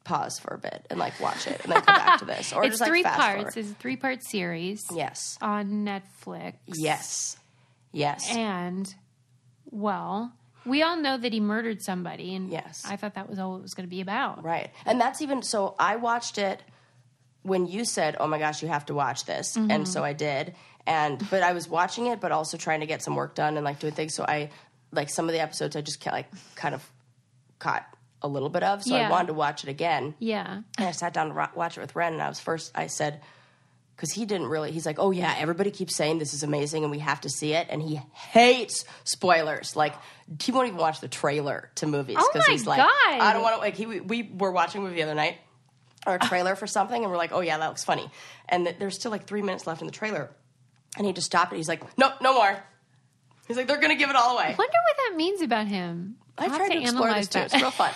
A: pause for a bit and like watch it and then come back to this, or
B: It's
A: just like
B: three
A: fast
B: parts.
A: forward.
B: It's a three-part series
A: Yes.
B: on Netflix.
A: Yes. Yes.
B: And well, we all know that he murdered somebody, and
A: Yes.
B: I thought that was all it was going to be about.
A: Right. And that's even so I watched it when you said, "Oh my gosh, you have to watch this."
B: Mm-hmm.
A: And so I did. And but I was watching it but also trying to get some work done and like doing things so I like some of the episodes I just ca- like kind of caught a little bit of so I
B: Yeah.
A: wanted to watch it again.
B: Yeah,
A: And I sat down to ro- watch it with Ren, and I was first, I said, because he didn't really, he's like, oh yeah, everybody keeps saying this is amazing and we have to see it. And he hates spoilers. Like, he won't even watch the trailer to movies.
B: Oh my
A: he's like,
B: God.
A: I don't want to, like, he, we were watching a movie the other night, or a trailer for something, and we're like, oh yeah, that looks funny. And th- there's still like three minutes left in the trailer. And he just stopped it. He's like, no, no more. He's like, they're going to give it all away.
B: wonder what that means about him.
A: I
B: I'll have
A: tried to, explore this
B: analyze
A: too.
B: that.
A: It's real fun,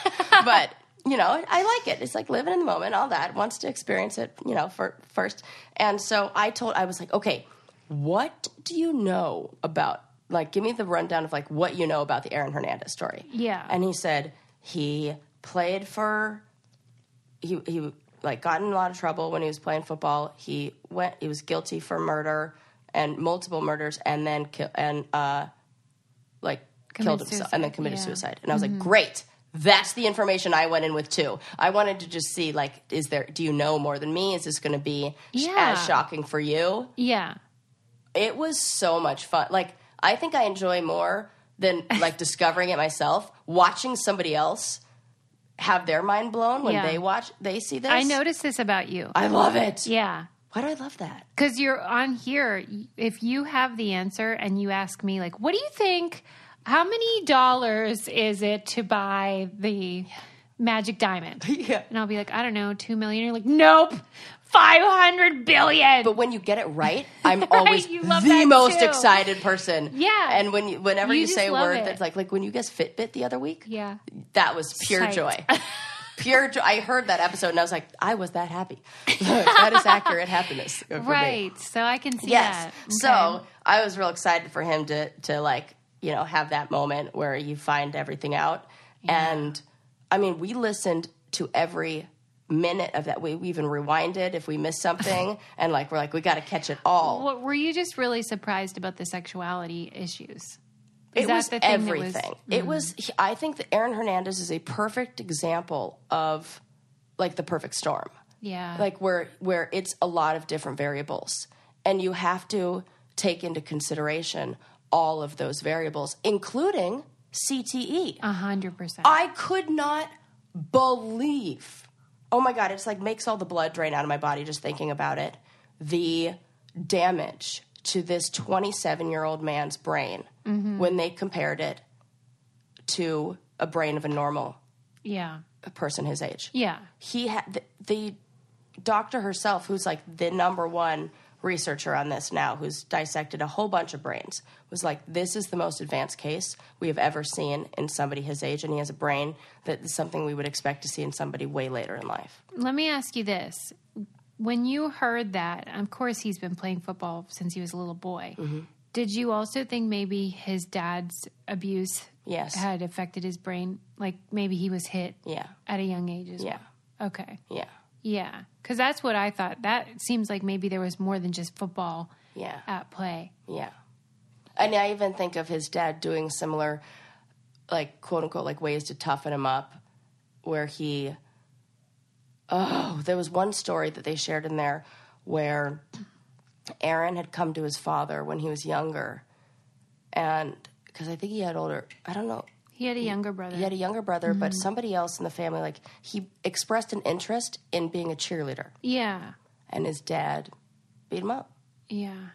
A: but you know, I like it. It's like living in the moment, all that. Wants to experience it, you know, for, first. And so I told, I was like, okay, what do you know about? Like, give me the rundown of like what you know about the Aaron Hernandez story.
B: Yeah.
A: and he said he played for he he like got in a lot of trouble when he was playing football. He went. He was guilty for murder and multiple murders, and then kill and uh, like killed
B: Committed
A: himself and then
B: suicide,
A: committed
B: yeah.
A: suicide. And I was
B: Mm-hmm.
A: like, great. That's the information I went in with too. I wanted to just see like, is there? Do you know more than me? Is this going to be sh-
B: Yeah.
A: as shocking for you?
B: yeah,
A: It was so much fun. Like, I think I enjoy more than like discovering it myself. Watching somebody else have their mind blown when
B: Yeah.
A: they watch, they see this.
B: I noticed this about you.
A: I love it.
B: yeah,
A: Why do I love that?
B: because you're on here. If you have the answer and you ask me, like, what do you think? How many dollars is it to buy the magic diamond?
A: Yeah.
B: And I'll be like, I don't know, two million. You're like, nope, five hundred billion.
A: But when you get it right, I'm always
B: You love
A: the
B: that
A: most
B: too.
A: excited person.
B: Yeah.
A: And when you, whenever you,
B: You
A: say a
B: just love
A: word
B: it.
A: that's like like when you guess Fitbit the other week,
B: yeah,
A: that was pure
B: Psyched.
A: joy. Pure joy. I heard that episode and I was like, I was that happy. that is accurate happiness. for me.
B: right. So I can see
A: Yes.
B: that.
A: So I was real excited for him to to like you know have that moment where you find everything out, and I mean we listened to every minute of that. We, we even rewinded if we missed something, and like we're like we got to catch it all.
B: What, were you just really surprised about the sexuality issues? Is
A: it
B: that
A: was
B: the thing that was- Mm-hmm.
A: everything. It was. he- I think that Aaron Hernandez is a perfect example of like the perfect storm.
B: Yeah.
A: like where where it's a lot of different variables and you have to take into consideration all of those variables including CTE.
B: A hundred percent.
A: I could not believe. Oh my god, it's like makes all the blood drain out of my body just thinking about it. The damage to this 27-year-old man's brain when they compared it to a brain of a normal
B: Yeah.
A: person his age
B: Yeah.
A: he had the, the doctor herself, who's like the number one researcher on this now, who's dissected a whole bunch of brains, was like, "This is the most advanced case we have ever seen in somebody his age, and he has a brain that is something we would expect to see in somebody way later in life."
B: Let me ask you this. When you heard that, of course he's been playing football since he was a little boy.
A: Mm-hmm.
B: Did you also think maybe his dad's abuse
A: Yes.
B: had affected his brain? Like maybe he was hit
A: Yeah,
B: at a young age as
A: Yeah.
B: well? Okay.
A: yeah,
B: Yeah. Because that's what I thought. That seems like maybe there was more than just football
A: yeah,
B: at play.
A: yeah. And I even think of his dad doing similar, like quote unquote, like ways to toughen him up, where he. Oh, there was one story that they shared in there where Aaron had come to his father when he was younger, and because I think he had older, I don't know,
B: He had a younger brother.
A: he had a younger brother, but somebody else in the family, like he expressed an interest in being a cheerleader,
B: yeah.
A: and his dad beat him up
B: Yeah.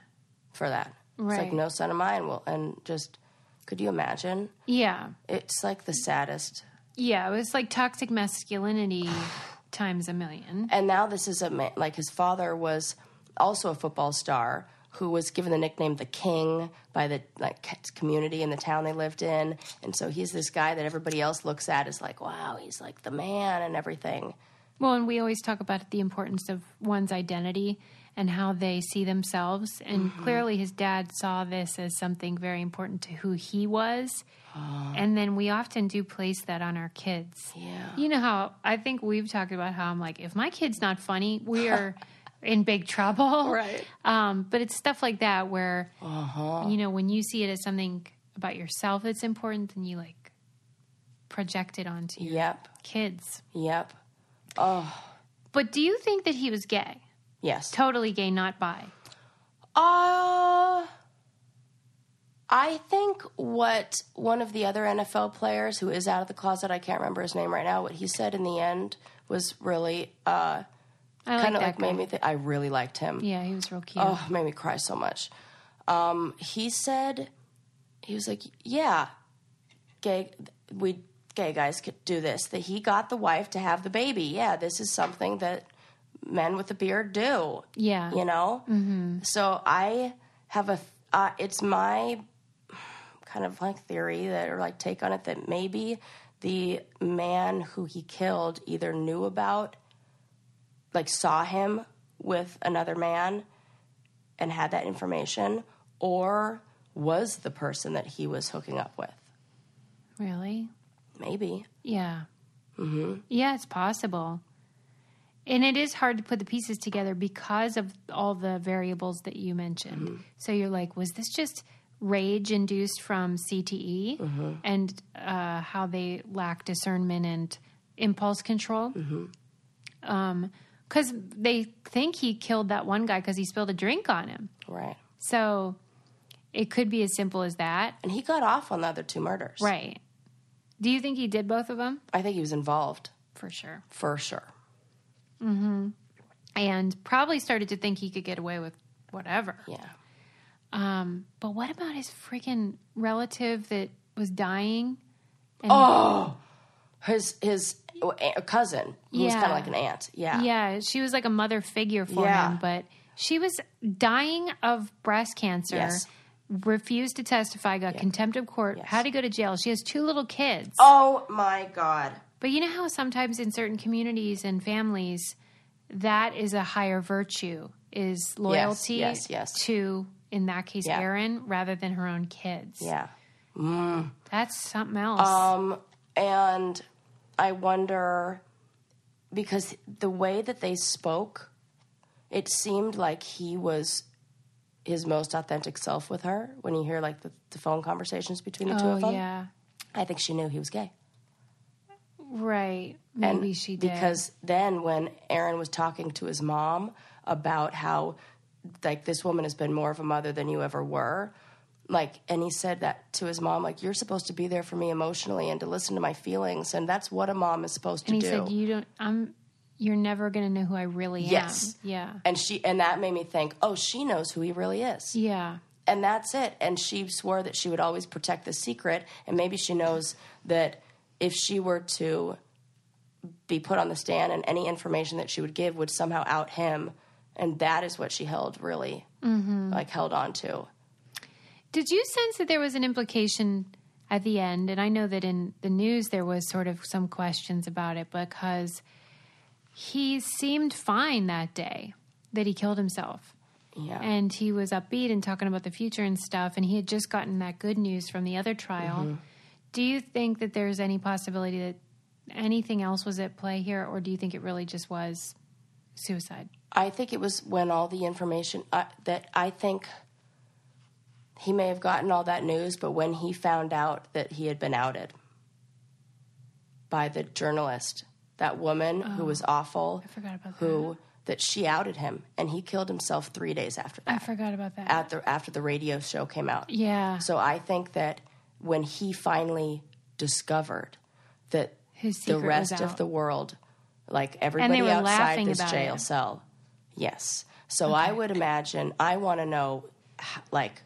A: for that. It's
B: Right.
A: like no son of mine will, and just could you imagine?
B: Yeah.
A: It's like the saddest.
B: Yeah. It was like toxic masculinity times a million.
A: And now this is a ma- like his father was also a football star who was given the nickname the King by the like c- community in the town they lived in, and so he's this guy that everybody else looks at as like, wow, he's like the man and everything.
B: Well, and we always talk about the importance of one's identity and how they see themselves. And
A: Mm-hmm.
B: clearly, his dad saw this as something very important to who he was. And then we often do place that on our kids.
A: Ah. Yeah.
B: You know how I think we've talked about how I'm like, if my kid's not funny, we are in big trouble.
A: Right. Uh-huh.
B: Um, but it's stuff like that where, you know, when you see it as something about yourself that's important, then you like project it onto your
A: Yep.
B: kids.
A: Yep.
B: But do you think that he was gay?
A: Yes.
B: Totally gay, not bi.
A: Uh I think what one of the other NFL players who is out of the closet, I can't remember his name right now, what he said in the end was really uh
B: I like
A: kind
B: that
A: of like
B: guy.
A: made me think I really liked him.
B: Yeah, he was real cute.
A: Oh, made me cry so much. Um, he said, he was like, yeah, gay, we gay guys could do this. That he got the wife to have the baby. Yeah, this is something that men with a beard do.
B: yeah.
A: You know. Mm-hmm. So I have a. Uh, it's my kind of like theory that or like take on it that maybe the man who he killed either knew about like saw him with another man and had that information or was the person that he was hooking up with
B: Really?
A: maybe
B: Yeah. Mm-hmm. Yeah, it's possible. And it is hard to put the pieces together because of all the variables that you mentioned. So you're like, was this just rage induced from CTE and uh, how they lack discernment and impulse control? Mm-hmm. Because they think he killed that one guy because he spilled a drink on him.
A: right
B: So it could be as simple as that.
A: and he got off on the other two murders
B: Right. Do you think he did both of them?
A: i think he was involved
B: For sure.
A: for sure
B: And probably started to think he could get away with whatever.
A: yeah
B: Um, but what about his freaking relative that was dying?
A: his his a cousin who was
B: Yeah.
A: kind of like an aunt yeah
B: Yeah, she was like a mother figure for
A: Yeah.
B: him, but she was dying of breast cancer.
A: Yes.
B: Refused to testify, got contempt of court, had to go to jail. She has two little kids.
A: oh my god
B: But you know how sometimes in certain communities and families, that is a higher virtue is loyalty
A: yes, yes.
B: to, in that case,
A: Yeah.
B: Aaron rather than her own kids.
A: yeah
B: That's something else.
A: Um, and I wonder because the way that they spoke, it seemed like he was his most authentic self with her. When you hear like the, the phone conversations between the two
B: oh
A: of them,
B: yeah,
A: I think she knew he was gay.
B: Right. Maybe
A: And
B: she did.
A: Because then when Aaron was talking to his mom about how like this woman has been more of a mother than you ever were, like and he said that to his mom, like, You're supposed to be there for me emotionally and to listen to my feelings and that's what a mom is supposed to
B: and he
A: do.
B: said, "You don't. I'm. You're never going to know who I really
A: Yes.
B: am." Yeah.
A: and she and that made me think, Oh, she knows who he really is.
B: Yeah.
A: and that's it. And she swore that she would always protect the secret, and maybe she knows that if she were to be put on the stand and any information that she would give would somehow out him, and that is what she held really like held on to.
B: Did you sense that there was an implication at the end? And I know that in the news there was sort of some questions about it because he seemed fine that day that he killed himself.
A: Yeah.
B: And he was upbeat and talking about the future and stuff. And he had just gotten that good news from the other trial. Do you think that there's any possibility that anything else was at play here? Or do you think it really just was suicide?
A: I think it was when all the information uh, that I think he may have gotten all that news, but when he found out that he had been outed by the journalist, that woman who was awful, I
B: forgot about
A: who that she outed him, and he killed himself three days after
B: I
A: that.
B: forgot about that.
A: At the after the radio show came out,
B: yeah.
A: so I think that when he finally discovered that
B: His
A: the
B: secret was
A: rest of
B: out.
A: the world, like everybody
B: were
A: outside
B: laughing
A: this
B: about
A: jail
B: it.
A: cell, yes. So I would imagine I want to know, h- like,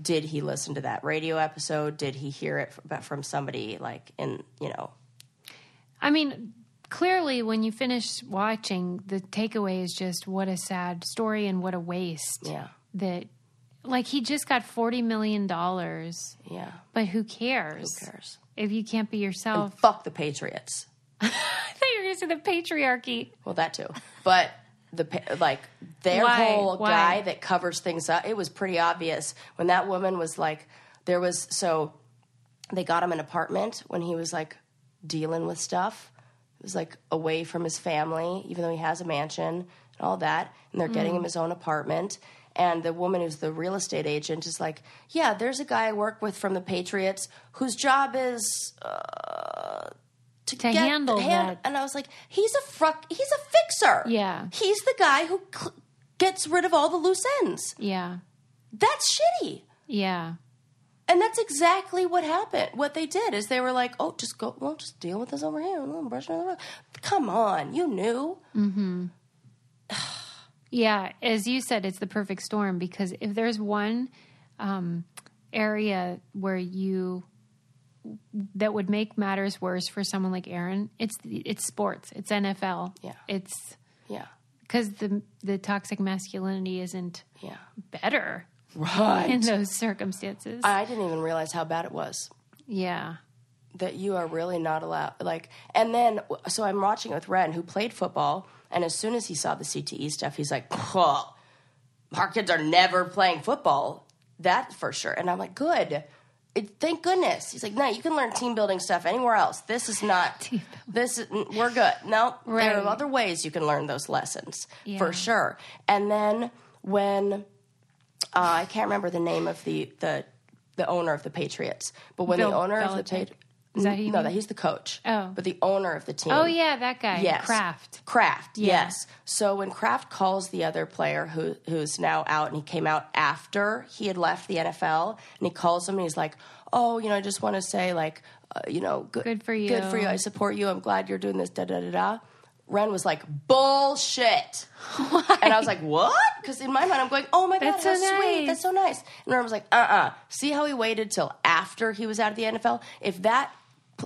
A: did he listen to that radio episode? Did he hear it f- from somebody like in you know?
B: I mean, clearly, when you finish watching, the takeaway is just what a sad story and what a waste.
A: Yeah,
B: That, like, he just got $40 million, but
A: yeah.
B: who cares?
A: Who cares?
B: If you can't be yourself,
A: Fuck the Patriots.
B: I thought you were going to say the patriarchy.
A: Well, that too. But the pa- like their
B: Why?
A: whole
B: Why?
A: guy that covers things up. It was pretty obvious when that woman was like, there was so they got him an apartment when he was like dealing with stuff. It was like away from his family, even though he has a mansion and all that. And they're
B: Mm.
A: getting him his own apartment. And the woman who's the real estate agent is like, Yeah, there's a guy I work with from the Patriots whose job is uh,
B: To,
A: get the
B: handle
A: hand-
B: that.
A: And I was like, he's a fruck, he's a fixer.
B: Yeah.
A: he's the guy who cl- gets rid of all the loose ends.
B: Yeah.
A: That's shitty.
B: Yeah.
A: And that's exactly what happened. What they did is they were like, "Oh, just go. Well, just deal with this over here. and Brush it under the rug." Come on, you knew.
B: Yeah, as you said, it's the perfect storm because if there's one um, area where you that would make matters worse for someone like Aaron, it's it's sports, it's NFL,
A: Yeah.
B: it's
A: Yeah,
B: because the the toxic masculinity isn't
A: yeah,
B: better in
A: right.
B: those circumstances.
A: I didn't even realize how bad it was.
B: yeah,
A: that you are really not allowed like and then so i'm watching it with ren who played football and as soon as he saw the cte stuff he's like "Pah, our kids are never playing football that for sure and i'm like good it, thank goodness he's like no you can learn team building stuff anywhere else this is not this is, n- we're good no there
B: Right.
A: are other ways you can learn those lessons
B: Yeah.
A: for sure and then when uh, I can't remember the name of the the the owner of the Patriots, but when the
B: Bill
A: owner of the
B: Belichick?
A: Patriots.
B: Is that who you
A: no,
B: mean?
A: that he's the coach.
B: Oh.
A: but the owner of the team.
B: oh yeah, that guy,
A: yes,
B: Kraft.
A: Kraft. Yes. So when Kraft calls the other player who who's now out, and he came out after he had left the NFL, and he calls him, and he's like, "Oh, you know, I just want to say, like, uh, you know, good,
B: Good for
A: good for
B: you.
A: you. I support you. I'm glad you're doing this. Da da da da." Ren was like, "Bullshit." And I was like, what? Because in my mind, I'm going, oh my God,
B: That's
A: how
B: so
A: sweet.
B: nice.
A: That's so nice. And I was like, uh uh See how he waited till after he was out of the NFL? If that,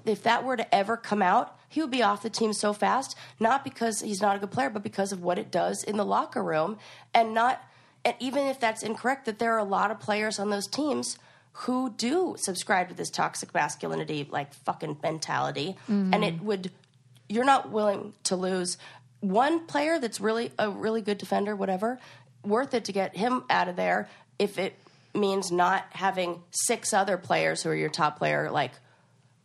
A: if that were to ever come out, he would be off the team so fast, not because he's not a good player, but because of what it does in the locker room. And not, and even if that's incorrect, that there are a lot of players on those teams who do subscribe to this toxic masculinity, like fucking mentality. And it would you're not willing to lose one player that's really a really good defender, whatever, worth it to get him out of there if it means not having six other players who are your top player like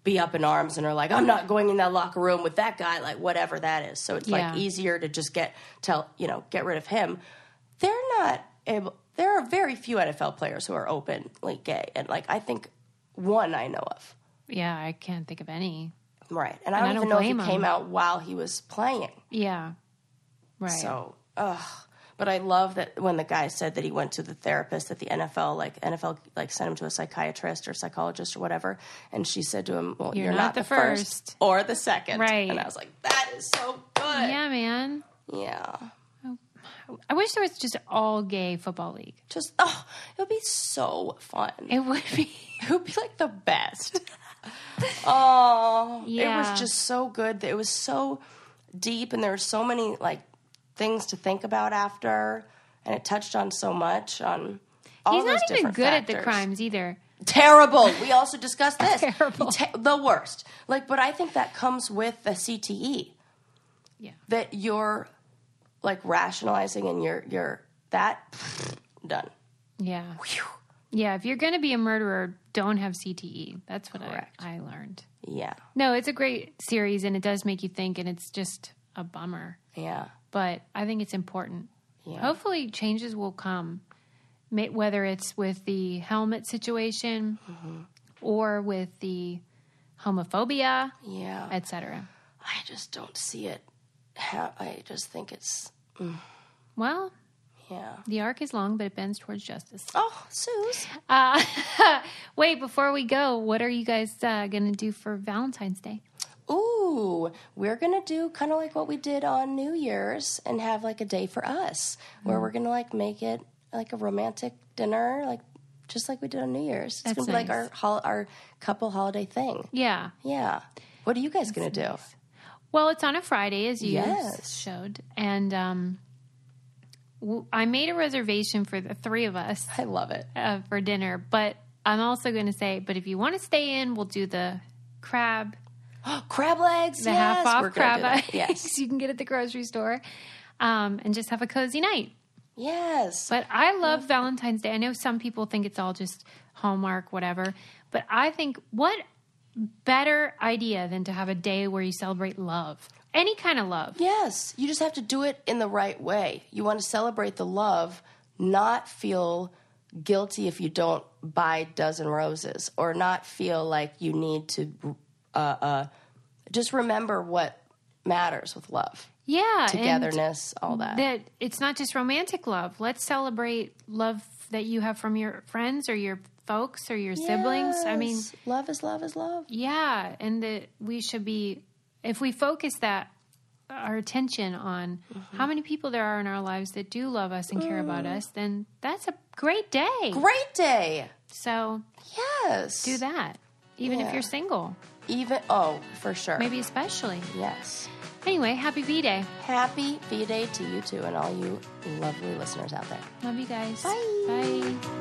A: be up in arms and are like, I'm not going in that locker room with that guy, like whatever that is. So it's
B: Yeah.
A: like easier to just get tell you know, get rid of him. They're not able there are very few NFL players who are openly gay and like I think one I know of.
B: Yeah, I can't think of any.
A: Right. And, I don't,
B: I don't
A: even know if he
B: blame him.
A: came out while he was playing.
B: Yeah. Right.
A: So, ugh. But I love that when the guy said that he went to the therapist that the NFL, like NFL, like sent him to a psychiatrist or psychologist or whatever, and she said to him, "Well, you're, not, the, first. or the second.
B: Right.
A: And I was like, "That is so good."
B: yeah, man.
A: yeah.
B: I wish there was just all gay football league.
A: Just oh, it would be so fun.
B: It would be.
A: It would be like the best. oh, it
B: Yeah.
A: was just so good. It was so deep, and there were so many like things to think about after, and it touched on so much on. All
B: He's
A: those
B: not even
A: different
B: good at the
A: factors.
B: crimes either.
A: Terrible. We also discussed this.
B: Terrible.
A: Te- the worst. Like, but I think that comes with the CTE.
B: Yeah.
A: That you're like rationalizing and you're you're that done.
B: Yeah. Yeah. If you're going to be a murderer, don't have CTE. That's what I,
A: Correct.
B: I learned.
A: Yeah.
B: No, it's a great series and it does make you think, and it's just a bummer.
A: Yeah.
B: But I think it's important.
A: Yeah.
B: Hopefully, changes will come, ma- whether it's with the helmet situation
A: Mm-hmm.
B: or with the homophobia,
A: Yeah.
B: et cetera.
A: I just don't see it. Ha- I just think it's
B: Well,
A: yeah.
B: the arc is long, but it bends towards justice.
A: Oh, Suze.
B: Uh, wait, before we go, what are you guys uh, going to do for Valentine's Day?
A: Ooh, we're gonna do kind of like what we did on New Year's and have like a day for us where we're gonna like make it like a romantic dinner, like just like we did on New Year's. It's
B: That's
A: gonna be like our
B: nice.
A: hol- our couple holiday thing.
B: Yeah.
A: Yeah. What are you guys gonna do?
B: Well, it's on a Friday, as you
A: Yes.
B: showed. And um, w- I made a reservation for the three of us
A: I love it.
B: uh, for dinner, but I'm also going to say, but if you want to stay in, we'll do the crab,
A: crab legs.
B: the
A: yes,
B: half
A: we're
B: off
A: gonna do
B: crab
A: that.
B: legs
A: Yes.
B: you can get at the grocery store um, and just have a cozy night.
A: yes.
B: But I love Valentine's Day. I know some people think it's all just Hallmark, whatever. But I think what better idea than to have a day where you celebrate love, any kind of love.
A: Yes, you just have to do it in the right way. You want to celebrate the love, not feel guilty if you don't buy a dozen roses, or not feel like you need to. Uh, uh, just remember what matters with love,
B: Yeah, and
A: togetherness, all that.
B: that it's not just romantic love. Let's celebrate love that you have from your friends or your folks or your siblings. I mean,
A: Yes, love is love is love.
B: yeah, and that we should be if we focus that our attention on
A: Mm-hmm.
B: how many people there are in our lives that do love us and care about
A: Mm.
B: us, then that's a great day.
A: Great day.
B: So
A: Yes.
B: do that. Even
A: Yeah.
B: if you're single,
A: Even oh, for sure.
B: maybe especially.
A: Yes.
B: Anyway, happy V Day.
A: Happy V Day to you too, and all you lovely listeners out there.
B: Love you guys.
A: Bye.
B: Bye.